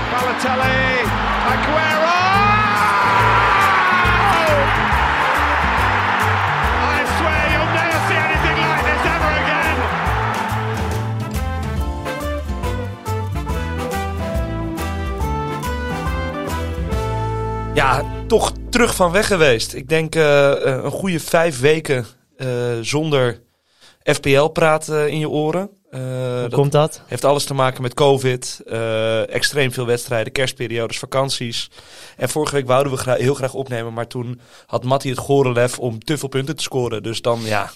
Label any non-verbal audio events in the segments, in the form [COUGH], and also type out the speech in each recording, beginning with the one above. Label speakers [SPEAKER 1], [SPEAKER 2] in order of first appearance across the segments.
[SPEAKER 1] Balotelli, Aguero! I swear you'll never see anything like this ever again.
[SPEAKER 2] Ja, toch terug van weg geweest. Ik denk eh, eh, een goede vijf weken eh, zonder FPL-praat eh, in je oren. Eh, dat
[SPEAKER 3] Komt dat?
[SPEAKER 2] heeft alles te maken met COVID, eh, extreem veel wedstrijden, kerstperiodes, vakanties. En vorige week wouden we gra- heel graag opnemen, maar toen had Matty het gore lef om te veel punten te scoren. Dus dan ja,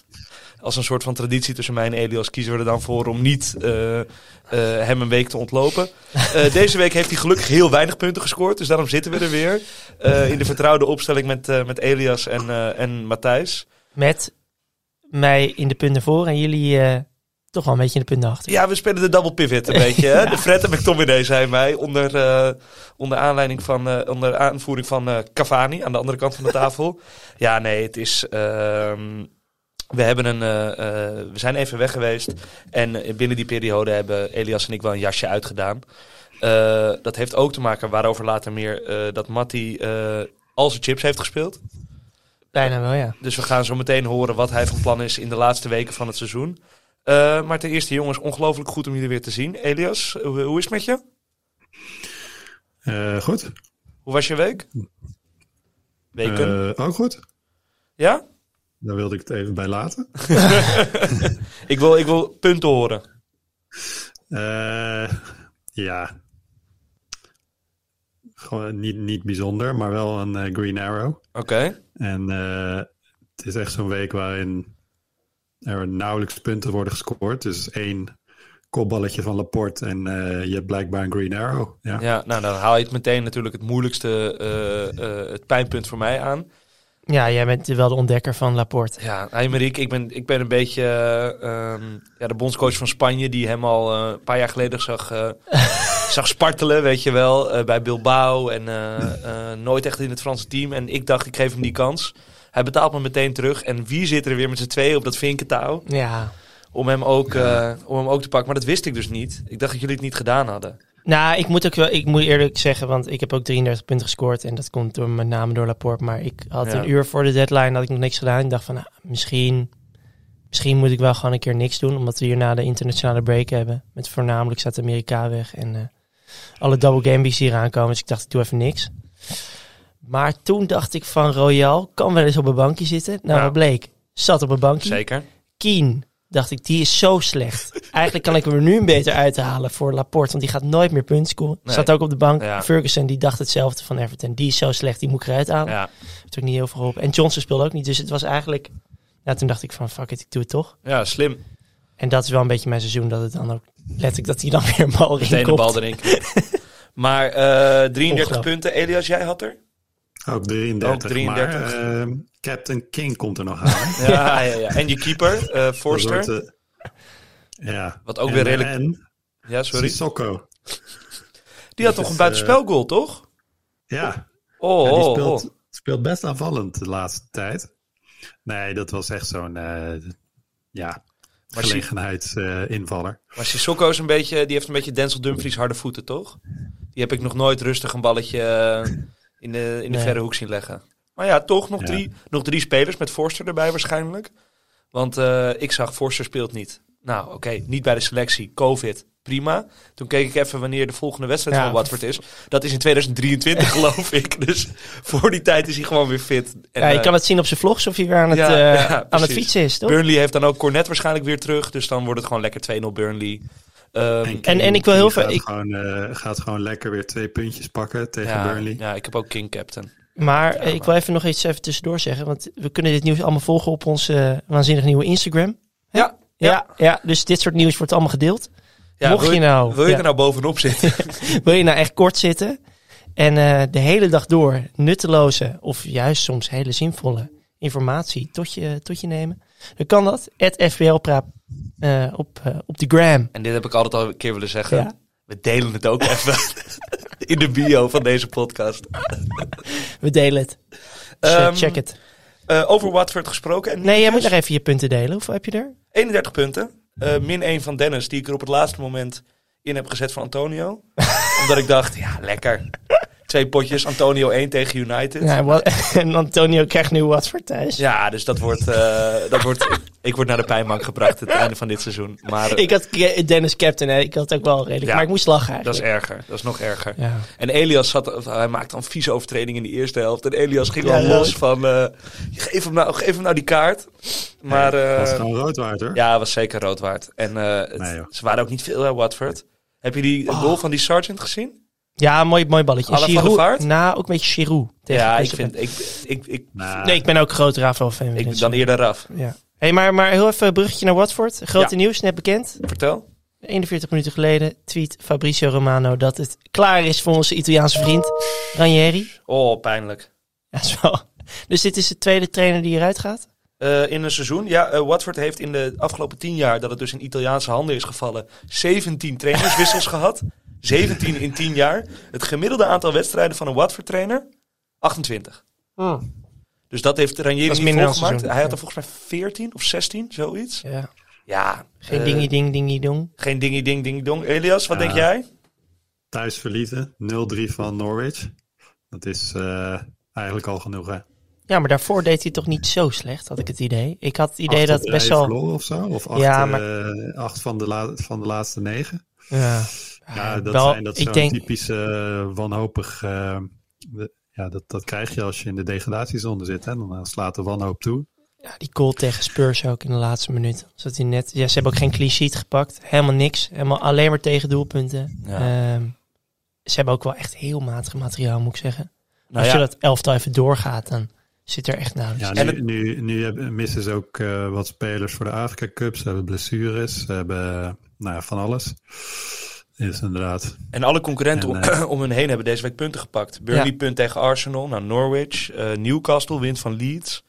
[SPEAKER 2] als een soort van traditie tussen mij en Elias kiezen we er dan voor om niet eh, eh, hem een week te ontlopen.
[SPEAKER 3] [LAUGHS]
[SPEAKER 2] Eh, deze week heeft hij gelukkig heel weinig punten gescoord, dus daarom zitten we er weer. eh, in de vertrouwde opstelling met, eh, met Elias en, eh, en Matthijs.
[SPEAKER 3] Met mij in de punten voor en jullie eh, toch wel een beetje in de punten achter.
[SPEAKER 2] Ja, we spelen de double pivot een beetje. Hè? De Fred en McTominay zijn wij. Onder, eh, onder, aanleiding van, eh, onder aanvoering van eh, Cavani aan de andere kant van de tafel. ja, nee, het is. ehm, we, hebben een, eh, eh, we zijn even weg geweest. En eh, binnen die periode hebben Elias en ik wel een jasje uitgedaan. Eh, dat heeft ook te maken, waarover later meer, eh, dat Matti eh, al zijn chips heeft gespeeld.
[SPEAKER 3] Bijna wel, ja.
[SPEAKER 2] Dus we gaan zo meteen horen wat hij van plan is in de laatste weken van het seizoen. Eh, maar ten eerste, jongens, ongelooflijk goed om jullie weer te zien. Elias, hoe, hoe is het met je?
[SPEAKER 4] Eh, goed.
[SPEAKER 2] Hoe was je week? Weken?
[SPEAKER 4] Eh, ook goed.
[SPEAKER 2] ja?
[SPEAKER 4] Daar wilde ik het even bij laten.
[SPEAKER 2] Ik wil, ik wil punten horen.
[SPEAKER 4] Eh, ja. Gewoon niet, niet bijzonder, maar wel een eh, Green Arrow.
[SPEAKER 2] Oké.
[SPEAKER 4] En eh, het is echt zo'n week waarin er nauwelijks punten worden gescoord. Dus één kopballetje van Laporte en eh, je hebt blijkbaar een Green Arrow. Ja.
[SPEAKER 2] Ja, nou dan haal je het meteen natuurlijk het moeilijkste, eh, eh, het pijnpunt voor mij aan.
[SPEAKER 3] Ja, jij bent wel de ontdekker van Laporte.
[SPEAKER 2] Ja, Aymeric, ik ben, ik ben een beetje eh, ehm, ja, de bondscoach van Spanje, die hem al eh, een paar jaar geleden zag, [LAUGHS] eh, zag spartelen, weet je wel, eh, bij Bilbao en eh, eh, nooit echt in het Franse team. En ik dacht, ik geef hem die kans. Hij betaalt me meteen terug. En wie zit er weer met z'n tweeën op dat vinkentouw
[SPEAKER 3] Ja.
[SPEAKER 2] om hem, ook, eh, om hem ook te pakken? Maar dat wist ik dus niet. Ik dacht dat jullie het niet gedaan hadden.
[SPEAKER 3] Nou, ik moet ook wel, ik moet eerlijk zeggen, want ik heb ook 33 punten gescoord en dat komt door met name door Laporte. Maar ik had
[SPEAKER 2] Ja.
[SPEAKER 3] een uur voor de deadline had ik nog niks gedaan. Ik dacht van, nou, misschien, misschien moet ik wel gewoon een keer niks doen, omdat we hierna de internationale break hebben met voornamelijk Zuid-Amerika weg en eh, alle double game weeks die eraan komen. Dus ik dacht, ik doe even niks. Maar toen dacht ik van Royal kan wel eens op een bankje zitten. Nou,
[SPEAKER 2] Ja.
[SPEAKER 3] wat bleek? Zat op een bankje.
[SPEAKER 2] Zeker.
[SPEAKER 3] Keen. Dacht ik, die is zo slecht. Eigenlijk kan ik hem er nu een beter uithalen voor Laporte. Want die gaat nooit meer punten scoren.
[SPEAKER 2] Nee.
[SPEAKER 3] Zat ook op de bank.
[SPEAKER 2] Ja.
[SPEAKER 3] Ferguson die dacht hetzelfde van Everton. Die is zo slecht, die moet ik eruit halen.
[SPEAKER 2] Ja,
[SPEAKER 3] Heeft ook niet heel veel geholpen. En Johnson speelde ook niet. Dus het was eigenlijk... Nou, toen dacht ik van fuck it, ik doe het toch.
[SPEAKER 2] ja slim.
[SPEAKER 3] En dat is wel een beetje mijn seizoen. Dat het dan ook letterlijk dat hij dan weer een bal
[SPEAKER 2] Meteen
[SPEAKER 3] in
[SPEAKER 2] de bal erin. [LAUGHS] Maar eh 33
[SPEAKER 3] Ongelooflijk.
[SPEAKER 2] punten. Elias, jij had er?
[SPEAKER 4] Ook 33.
[SPEAKER 2] Ook 33.
[SPEAKER 4] Maar eh, Captain King komt er
[SPEAKER 2] [LAUGHS]
[SPEAKER 4] nog aan.
[SPEAKER 2] Ja, ja, ja. En je keeper, eh Forster.
[SPEAKER 4] Dat wordt, eh, ja.
[SPEAKER 2] Wat ook
[SPEAKER 4] En-
[SPEAKER 2] weer redelijk-
[SPEAKER 4] En
[SPEAKER 2] Ja, sorry.
[SPEAKER 4] Sissoko.
[SPEAKER 2] Die had toch een buitenspelgoal, toch?
[SPEAKER 4] Ja.
[SPEAKER 2] Oh,
[SPEAKER 4] Ja, die
[SPEAKER 2] oh,
[SPEAKER 4] speelt,
[SPEAKER 2] oh.
[SPEAKER 4] speelt best aanvallend de laatste tijd. Nee, dat was echt zo'n eh, ja, eh,
[SPEAKER 2] Maar zie-
[SPEAKER 4] gelegenheidsinvaller.
[SPEAKER 2] Maar Sissoko is een beetje, die heeft een beetje Denzel Dumfries harde voeten, toch? Die heb ik nog nooit rustig een balletje eh, in de, in de
[SPEAKER 3] Nee.
[SPEAKER 2] verre hoek zien leggen. Maar ja, toch nog,
[SPEAKER 4] Ja.
[SPEAKER 2] Drie, nog drie spelers met Forster erbij waarschijnlijk. Want eh, ik zag, Forster speelt niet. Nou, oké, niet bij de selectie. Covid, prima. Toen keek ik even wanneer de volgende wedstrijd
[SPEAKER 3] Ja,
[SPEAKER 2] van Watford is. Dat is in 2023, geloof ik. Dus voor die tijd is hij gewoon weer fit. En,
[SPEAKER 3] Ja, je
[SPEAKER 2] eh,
[SPEAKER 3] kan het zien op zijn vlogs of hij weer aan het,
[SPEAKER 2] Ja,
[SPEAKER 3] eh,
[SPEAKER 2] ja,
[SPEAKER 3] aan het
[SPEAKER 2] precies.
[SPEAKER 3] fietsen is, toch?
[SPEAKER 2] Burnley heeft dan ook Cornet waarschijnlijk weer terug. Dus dan wordt het gewoon lekker 2-0 Burnley. Ehm,
[SPEAKER 4] King-
[SPEAKER 3] en ik wil heel
[SPEAKER 4] King
[SPEAKER 3] veel-
[SPEAKER 4] Gaat,
[SPEAKER 3] ik-
[SPEAKER 4] gewoon, eh, gaat gewoon lekker weer twee puntjes pakken tegen
[SPEAKER 2] ja,
[SPEAKER 4] Burnley.
[SPEAKER 2] ja, ik heb ook King Captain.
[SPEAKER 3] Maar eh,
[SPEAKER 2] maar-
[SPEAKER 3] ik wil even nog iets even tussendoor zeggen. Want we kunnen dit nieuws allemaal volgen op onze eh, waanzinnig nieuwe Instagram. Hè?
[SPEAKER 2] Ja,
[SPEAKER 3] ja.
[SPEAKER 2] ja.
[SPEAKER 3] Ja, dus dit soort nieuws wordt allemaal gedeeld. [LAUGHS]
[SPEAKER 2] Ja,
[SPEAKER 3] Mocht
[SPEAKER 2] wil
[SPEAKER 3] je nou-
[SPEAKER 2] Wil je
[SPEAKER 3] ja.
[SPEAKER 2] er nou bovenop
[SPEAKER 3] [LAUGHS]
[SPEAKER 2] zitten?
[SPEAKER 3] Wil je nou echt kort zitten en eh, de hele dag door nutteloze of juist soms hele zinvolle informatie tot je, tot je nemen? Dan kan dat. Het FBL-praat op, eh, op de gram.
[SPEAKER 2] en dit heb ik altijd al een keer willen zeggen.
[SPEAKER 3] Ja.
[SPEAKER 2] We delen het ook even [LAUGHS] in de bio van deze podcast.
[SPEAKER 3] We delen het. Dus, eh,
[SPEAKER 2] Ehm,
[SPEAKER 3] check het.
[SPEAKER 2] Eh, over Watford gesproken. En
[SPEAKER 3] Nee, jij moet nog even je punten delen. Hoeveel heb je er?
[SPEAKER 2] 31 punten. Eh, min 1 van Dennis, die ik er op het laatste moment in heb gezet van Antonio.
[SPEAKER 3] [LAUGHS]
[SPEAKER 2] omdat ik dacht, ja, lekker. Twee potjes, Antonio 1 tegen United.
[SPEAKER 3] Ja, en wat- Nou, [LAUGHS] en Antonio krijgt nu wat voor thuis.
[SPEAKER 2] Ja, dus dat wordt, eh, dat wordt ik, ik word naar de pijnbank gebracht het einde van dit seizoen. Maar eh,
[SPEAKER 3] [LAUGHS] Ik had Ke- Dennis Captain, hè. ik had ook wel redelijk.
[SPEAKER 2] Ja.
[SPEAKER 3] Maar ik moest lachen
[SPEAKER 2] eh, dat is
[SPEAKER 3] eigenlijk.
[SPEAKER 2] erger, dat is nog erger.
[SPEAKER 3] Ja.
[SPEAKER 2] En Elias zat, hij maakte een vieze overtreding in de eerste helft. En Elias ging
[SPEAKER 3] Ja,
[SPEAKER 2] al
[SPEAKER 3] ja.
[SPEAKER 2] los van, eh, geef, hem nou, geef hem nou die kaart. Maar
[SPEAKER 4] Dat is
[SPEAKER 2] eh,
[SPEAKER 4] gewoon rood waard, hoor.
[SPEAKER 2] ja, was zeker rood waard. En eh, het-
[SPEAKER 4] Nee, joh.
[SPEAKER 2] ze waren ook niet veel, hè, Watford. Heb je die
[SPEAKER 3] Oh.
[SPEAKER 2] goal van die sergeant gezien?
[SPEAKER 3] Ja, mooi, mooi balletje.
[SPEAKER 2] Alain van der
[SPEAKER 3] Giroud-
[SPEAKER 2] Vaart?
[SPEAKER 3] Nou, ook een beetje Giroud. tegen
[SPEAKER 2] Ja, ik
[SPEAKER 3] PSV.
[SPEAKER 2] vind, ik, ik, ik,
[SPEAKER 4] Nou,
[SPEAKER 3] Nee, ik ben ook groot Rafael fan.
[SPEAKER 2] ik,
[SPEAKER 3] Willis.
[SPEAKER 2] dan eerder af.
[SPEAKER 3] Ja. Hey, maar, maar heel even een bruggetje naar Watford. Grote
[SPEAKER 2] Ja.
[SPEAKER 3] nieuws, net bekend.
[SPEAKER 2] Vertel.
[SPEAKER 3] 41 minuten geleden tweet Fabrizio Romano dat het klaar is voor onze Italiaanse vriend Ranieri.
[SPEAKER 2] Oh, pijnlijk.
[SPEAKER 3] Ja, is wel. Dus dit is de tweede trainer die hieruit gaat?
[SPEAKER 2] Eh, in een seizoen. Ja, eh, Watford heeft in de afgelopen tien jaar dat het dus in Italiaanse handen is gevallen, 17
[SPEAKER 3] [LAUGHS]
[SPEAKER 2] trainerswissels gehad. 17 in 10 jaar. Het gemiddelde aantal wedstrijden van een Watford trainer, 28. Dus dat heeft Ranieri
[SPEAKER 3] Oh. Dat is
[SPEAKER 2] niet
[SPEAKER 3] minder dan
[SPEAKER 2] volgemaakt.
[SPEAKER 3] seizoen,
[SPEAKER 2] Hij had
[SPEAKER 3] ja.
[SPEAKER 2] er volgens mij 14 of 16, zoiets.
[SPEAKER 3] Ja.
[SPEAKER 2] Ja.
[SPEAKER 3] Geen
[SPEAKER 2] eh,
[SPEAKER 3] dingie ding dingie dong.
[SPEAKER 2] Geen dingie ding ding dong. Elias, wat
[SPEAKER 4] Ja.
[SPEAKER 2] denk jij?
[SPEAKER 4] Thuis verliezen, 0-3 van Norwich. Dat is eh, eigenlijk al genoeg, hè?
[SPEAKER 3] Ja, maar daarvoor deed hij toch niet zo slecht, had ik het idee. Ik had het idee
[SPEAKER 4] Acht
[SPEAKER 3] dat
[SPEAKER 4] op
[SPEAKER 3] best
[SPEAKER 4] rij
[SPEAKER 3] wel...
[SPEAKER 4] verloren of zo? Of acht,
[SPEAKER 3] Ja,
[SPEAKER 4] eh,
[SPEAKER 3] maar-
[SPEAKER 4] acht van, de la- van de laatste negen?
[SPEAKER 3] Ja,
[SPEAKER 4] Ja, dat
[SPEAKER 3] Ah, wel,
[SPEAKER 4] zijn dat zo'n
[SPEAKER 3] ik denk,
[SPEAKER 4] typische eh, wanhopig... eh, de- ja, dat, dat krijg je als je in de degradatiezone zit, hè? Dan eh, slaat de wanhoop toe.
[SPEAKER 3] ja, die goal tegen Spurs ook in de laatste minuut. Zodat hij net... Ja, ze hebben ook geen clean sheet gepakt. Helemaal niks. Helemaal alleen maar tegen doelpunten.
[SPEAKER 2] Ja.
[SPEAKER 3] Ehm, ze hebben ook wel echt heel matig materiaal, moet ik zeggen.
[SPEAKER 2] Nou
[SPEAKER 3] Als
[SPEAKER 2] ja,
[SPEAKER 3] je dat elftal even doorgaat, dan zit er echt nou- nauwelijks.
[SPEAKER 4] Ja,
[SPEAKER 3] Ja,
[SPEAKER 4] nu,
[SPEAKER 2] En het-
[SPEAKER 4] nu, nu hebben- missen ze ook eh, wat spelers voor de Afrika Cup. Ze hebben blessures, ze hebben eh, nou ja, van alles. Is inderdaad.
[SPEAKER 2] En alle concurrenten [CLEARS THROAT]
[SPEAKER 4] En,
[SPEAKER 2] om, om hun heen hebben deze week punten gepakt. Burnley
[SPEAKER 3] Ja.
[SPEAKER 2] punt tegen Arsenal, nou Norwich, eh, Newcastle wint van Leeds.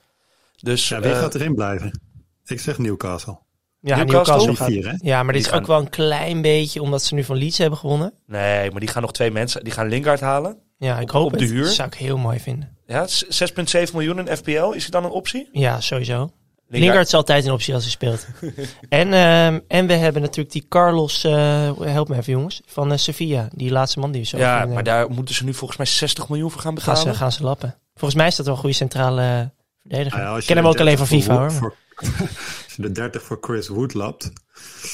[SPEAKER 2] Dus
[SPEAKER 4] Ja, wie
[SPEAKER 2] eh,
[SPEAKER 4] gaat erin blijven? Ik zeg Newcastle.
[SPEAKER 2] Newcastle
[SPEAKER 3] Newcastle
[SPEAKER 4] Die
[SPEAKER 3] gaat...
[SPEAKER 4] vier, hè?
[SPEAKER 3] Ja, maar dit
[SPEAKER 2] Die
[SPEAKER 3] is
[SPEAKER 2] gaan-
[SPEAKER 3] ook wel een klein beetje omdat ze nu van Leeds hebben gewonnen.
[SPEAKER 2] Nee, maar die gaan nog twee mensen. Die gaan Lingard halen.
[SPEAKER 3] Ja, ik
[SPEAKER 2] Op-
[SPEAKER 3] hoop
[SPEAKER 2] op de
[SPEAKER 3] het.
[SPEAKER 2] huur?
[SPEAKER 3] Dat zou ik heel mooi vinden.
[SPEAKER 2] Ja, s- 6,7 miljoen in FPL. Is het dan een optie?
[SPEAKER 3] Ja, sowieso. Lingard,
[SPEAKER 2] Lingard.
[SPEAKER 3] is altijd een optie als hij
[SPEAKER 2] [LAUGHS]
[SPEAKER 3] speelt. en, ehm, en we hebben natuurlijk die Carlos, eh, help me even jongens, van eh, Sevilla. Die laatste man die we zo
[SPEAKER 2] Ja,
[SPEAKER 3] opgenomen
[SPEAKER 2] maar
[SPEAKER 3] hebben.
[SPEAKER 2] daar moeten ze nu volgens mij 60 miljoen voor gaan
[SPEAKER 3] gaan ze,
[SPEAKER 2] betalen.
[SPEAKER 3] gaan ze lappen. Volgens mij is dat wel een goede centrale eh, verdediger.
[SPEAKER 4] Nou
[SPEAKER 2] Ah
[SPEAKER 4] ja, als
[SPEAKER 3] ik
[SPEAKER 4] je
[SPEAKER 3] ken hem
[SPEAKER 4] de
[SPEAKER 3] ook alleen van
[SPEAKER 4] 30
[SPEAKER 3] FIFA hoor.
[SPEAKER 4] voor Wood- voor- [LAUGHS] als je de 30 voor Chris Wood lapt,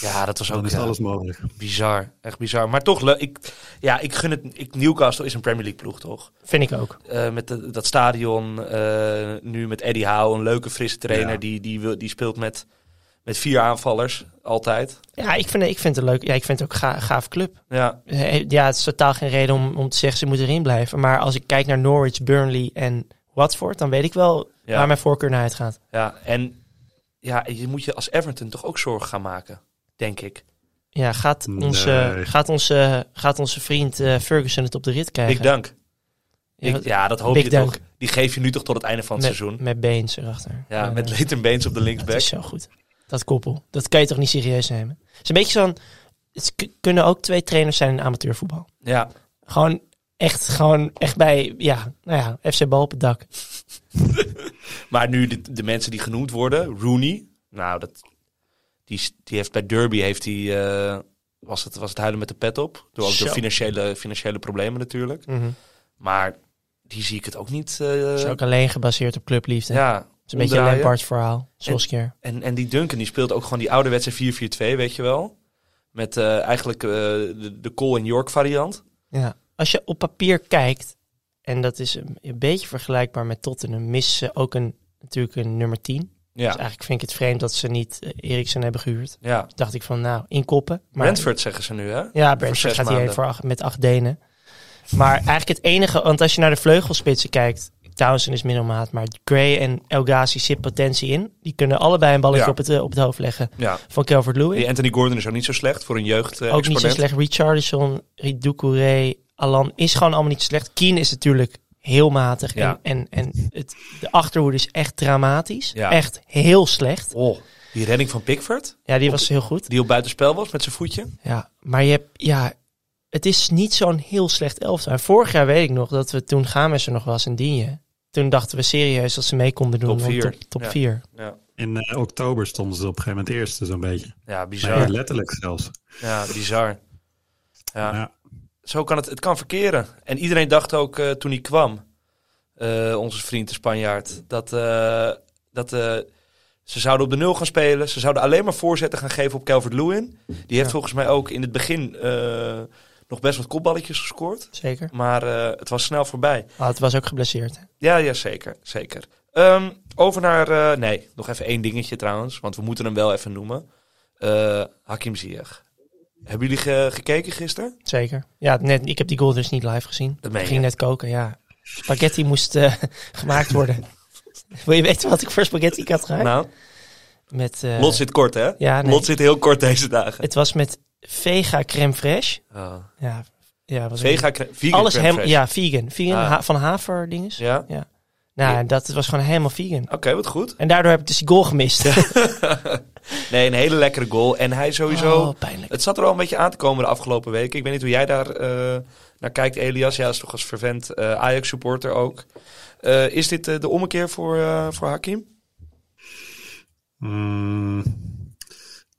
[SPEAKER 2] Ja, dat was
[SPEAKER 4] dan
[SPEAKER 2] ook
[SPEAKER 4] is
[SPEAKER 2] ja,
[SPEAKER 4] alles mogelijk.
[SPEAKER 2] bizar. Echt bizar. Maar toch, le- ik, ja, ik gun het. Ik, Newcastle is een Premier League ploeg, toch?
[SPEAKER 3] Vind ik ook.
[SPEAKER 2] Eh, met de- dat stadion, eh, nu met Eddie Howe, een leuke frisse trainer.
[SPEAKER 4] Ja.
[SPEAKER 2] Die, die, wil, die speelt met, met vier aanvallers, altijd.
[SPEAKER 3] Ja, ik vind, ik vind het leuk. Ja, ik vind het ook ga, gaaf club.
[SPEAKER 2] Ja,
[SPEAKER 3] Eh, Ja, het is totaal geen reden om, om te zeggen ze moeten erin blijven. Maar als ik kijk naar Norwich, Burnley en Watford, dan weet ik wel
[SPEAKER 2] Ja.
[SPEAKER 3] waar mijn voorkeur naar uitgaat.
[SPEAKER 2] ja. En ja, je moet je als Everton toch ook zorgen gaan maken, denk ik.
[SPEAKER 3] Ja, gaat
[SPEAKER 4] Nee.
[SPEAKER 3] onze, gaat onze, gaat onze vriend eh, Ferguson het op de rit krijgen?
[SPEAKER 2] Big dank.
[SPEAKER 3] Ja,
[SPEAKER 2] Ik- ja, dat hoop
[SPEAKER 3] Big
[SPEAKER 2] je
[SPEAKER 3] Dunk.
[SPEAKER 2] toch. Die geef je nu toch tot het einde van het
[SPEAKER 3] met,
[SPEAKER 2] seizoen.
[SPEAKER 3] Met Beens erachter.
[SPEAKER 2] Ja,
[SPEAKER 3] Eh,
[SPEAKER 2] met Leighton Baines op de
[SPEAKER 3] Dat
[SPEAKER 2] linksback.
[SPEAKER 3] is zo goed. Dat koppel. Dat kan je toch niet serieus nemen? Het is een beetje zo'n... Het k- kunnen ook twee trainers zijn in amateurvoetbal.
[SPEAKER 2] Ja,
[SPEAKER 3] Gewoon echt, gewoon echt bij... Ja, nou ja, FC Bal op het dak.
[SPEAKER 2] maar nu de, de mensen die genoemd worden. Rooney. Nou, dat, die, is- die heeft bij Derby heeft hij eh, was, het, was het huilen met de pet op. Door, ook
[SPEAKER 3] Zo. Mhm.
[SPEAKER 2] door financiële, financiële problemen natuurlijk. Maar die zie ik het ook niet. eh,
[SPEAKER 3] Dat is ook alleen gebaseerd op clubliefde.
[SPEAKER 2] ja,
[SPEAKER 3] het is een beetje een
[SPEAKER 2] omdraaien.
[SPEAKER 3] Lampard's verhaal. Solskjaer.
[SPEAKER 2] En, en die Duncan die speelt ook gewoon die ouderwetse 4-4-2, weet je wel. Met eh, eigenlijk eh, de, de Cole en York variant.
[SPEAKER 3] Ja. Als je op papier kijkt... En dat is een, een beetje vergelijkbaar met Tottenham. Missen ze ook een, natuurlijk een nummer 10. Dus
[SPEAKER 2] Ja,
[SPEAKER 3] eigenlijk vind ik het vreemd dat ze niet eh, Eriksen hebben gehuurd.
[SPEAKER 2] ja.
[SPEAKER 3] Dacht ik van, nou, inkoppen. Maar,
[SPEAKER 2] Brentford zeggen ze nu, hè?
[SPEAKER 3] Ja,
[SPEAKER 2] zes
[SPEAKER 3] Brentford gaat hierheen
[SPEAKER 2] maanden.
[SPEAKER 3] voor acht, met acht Denen. Maar eigenlijk het enige, want als je naar de vleugelspitsen kijkt, Townsend is middelmaat, maar Gray en El Ghazi zit potentie in. Die kunnen allebei een balletje
[SPEAKER 2] Ja.
[SPEAKER 3] op, het, eh, op het hoofd leggen
[SPEAKER 2] Ja.
[SPEAKER 3] van Calvert-Lewin.
[SPEAKER 2] Die Anthony Gordon is ook niet zo slecht voor een jeugd. eh,
[SPEAKER 3] Ook niet zo
[SPEAKER 2] exponent.
[SPEAKER 3] slecht. Richardson, Ridoukure, Alan is gewoon allemaal niet slecht. Keen is natuurlijk heel matig.
[SPEAKER 2] Ja.
[SPEAKER 3] En, en, en het, de achterhoede is echt dramatisch.
[SPEAKER 2] Ja.
[SPEAKER 3] Echt heel slecht.
[SPEAKER 2] Oh, die redding van Pickford,
[SPEAKER 3] Ja, die was heel goed.
[SPEAKER 2] die op buitenspel was met zijn voetje.
[SPEAKER 3] Ja, maar je hebt, ja, het is niet zo'n heel slecht elftal. En vorig jaar weet ik nog dat we toen Games er nog was en Digne. Toen dachten we serieus dat ze mee konden doen.
[SPEAKER 2] Top
[SPEAKER 3] want
[SPEAKER 2] vier.
[SPEAKER 3] Top, top
[SPEAKER 2] Ja.
[SPEAKER 3] vier.
[SPEAKER 2] Ja,
[SPEAKER 4] In eh, oktober stonden ze op een gegeven moment eerste, zo'n beetje.
[SPEAKER 2] ja
[SPEAKER 4] Maar ja,
[SPEAKER 2] bizar.
[SPEAKER 4] letterlijk zelfs.
[SPEAKER 2] Ja, bizar. Ja.
[SPEAKER 4] Ja.
[SPEAKER 2] Zo kan het, het kan verkeren. En iedereen dacht ook eh, toen hij kwam, eh, onze vriend de Spanjaard, dat, eh, dat eh, ze zouden op de nul gaan spelen. Ze zouden alleen maar voorzetten gaan geven op Calvert-Lewin. Die heeft volgens mij ook in het begin eh, nog best wat kopballetjes gescoord.
[SPEAKER 3] Zeker.
[SPEAKER 2] Maar eh, het was snel voorbij.
[SPEAKER 3] Ah, het was ook geblesseerd. hè.
[SPEAKER 2] Ja, ja zeker. zeker. Ehm, over naar. eh, nee, nog even één dingetje trouwens. Want we moeten hem wel even noemen. Eh, Hakim Ziyech. Hebben jullie ge- gekeken gisteren?
[SPEAKER 3] Zeker. Ja, net, ik heb die goal dus niet live gezien.
[SPEAKER 2] Dat meen
[SPEAKER 3] ging
[SPEAKER 2] je.
[SPEAKER 3] net koken, ja. Spaghetti moest eh, [LAUGHS] gemaakt worden. [LAUGHS] Wil je weten wat ik voor spaghetti ik had gemaakt?
[SPEAKER 2] Nou,
[SPEAKER 3] met, eh,
[SPEAKER 2] Lot zit kort, hè?
[SPEAKER 3] ja, nee.
[SPEAKER 2] Lot zit heel kort deze dagen.
[SPEAKER 3] Het was met vega crème fraîche.
[SPEAKER 2] Oh.
[SPEAKER 3] Ja, ja was
[SPEAKER 2] Vega, cre- vegan
[SPEAKER 3] Eh, alles
[SPEAKER 2] crème
[SPEAKER 3] hem,
[SPEAKER 2] fraîche.
[SPEAKER 3] Ja, vegan. Vegan
[SPEAKER 2] Ah.
[SPEAKER 3] ha- van haver dinges.
[SPEAKER 2] Ja?
[SPEAKER 3] Nou,
[SPEAKER 2] Ja.
[SPEAKER 3] dat het was gewoon helemaal vegan.
[SPEAKER 2] Oké, wat goed.
[SPEAKER 3] En daardoor heb ik dus die goal gemist.
[SPEAKER 2] Nee, een hele lekkere goal. En hij sowieso...
[SPEAKER 3] Oh, pijnlijk.
[SPEAKER 2] Het zat er al een beetje aan te komen de afgelopen weken. Ik weet niet hoe jij daar eh, naar kijkt, Elias. Ja, is toch als vervent eh, Ajax-supporter ook. Eh, is dit eh, de ommekeer voor, eh, voor Hakim?
[SPEAKER 4] Mm,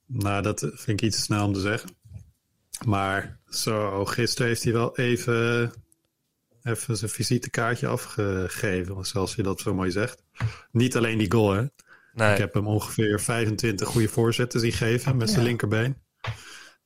[SPEAKER 4] nou, dat vind ik iets te snel om te zeggen. Maar zo, gisteren heeft hij wel even, even zijn visitekaartje afgegeven. want Zoals je dat zo mooi zegt. Niet alleen die goal, hè.
[SPEAKER 2] Nee.
[SPEAKER 4] Ik heb hem ongeveer 25 goede voorzetten zien geven met zijn
[SPEAKER 3] Ja.
[SPEAKER 4] linkerbeen.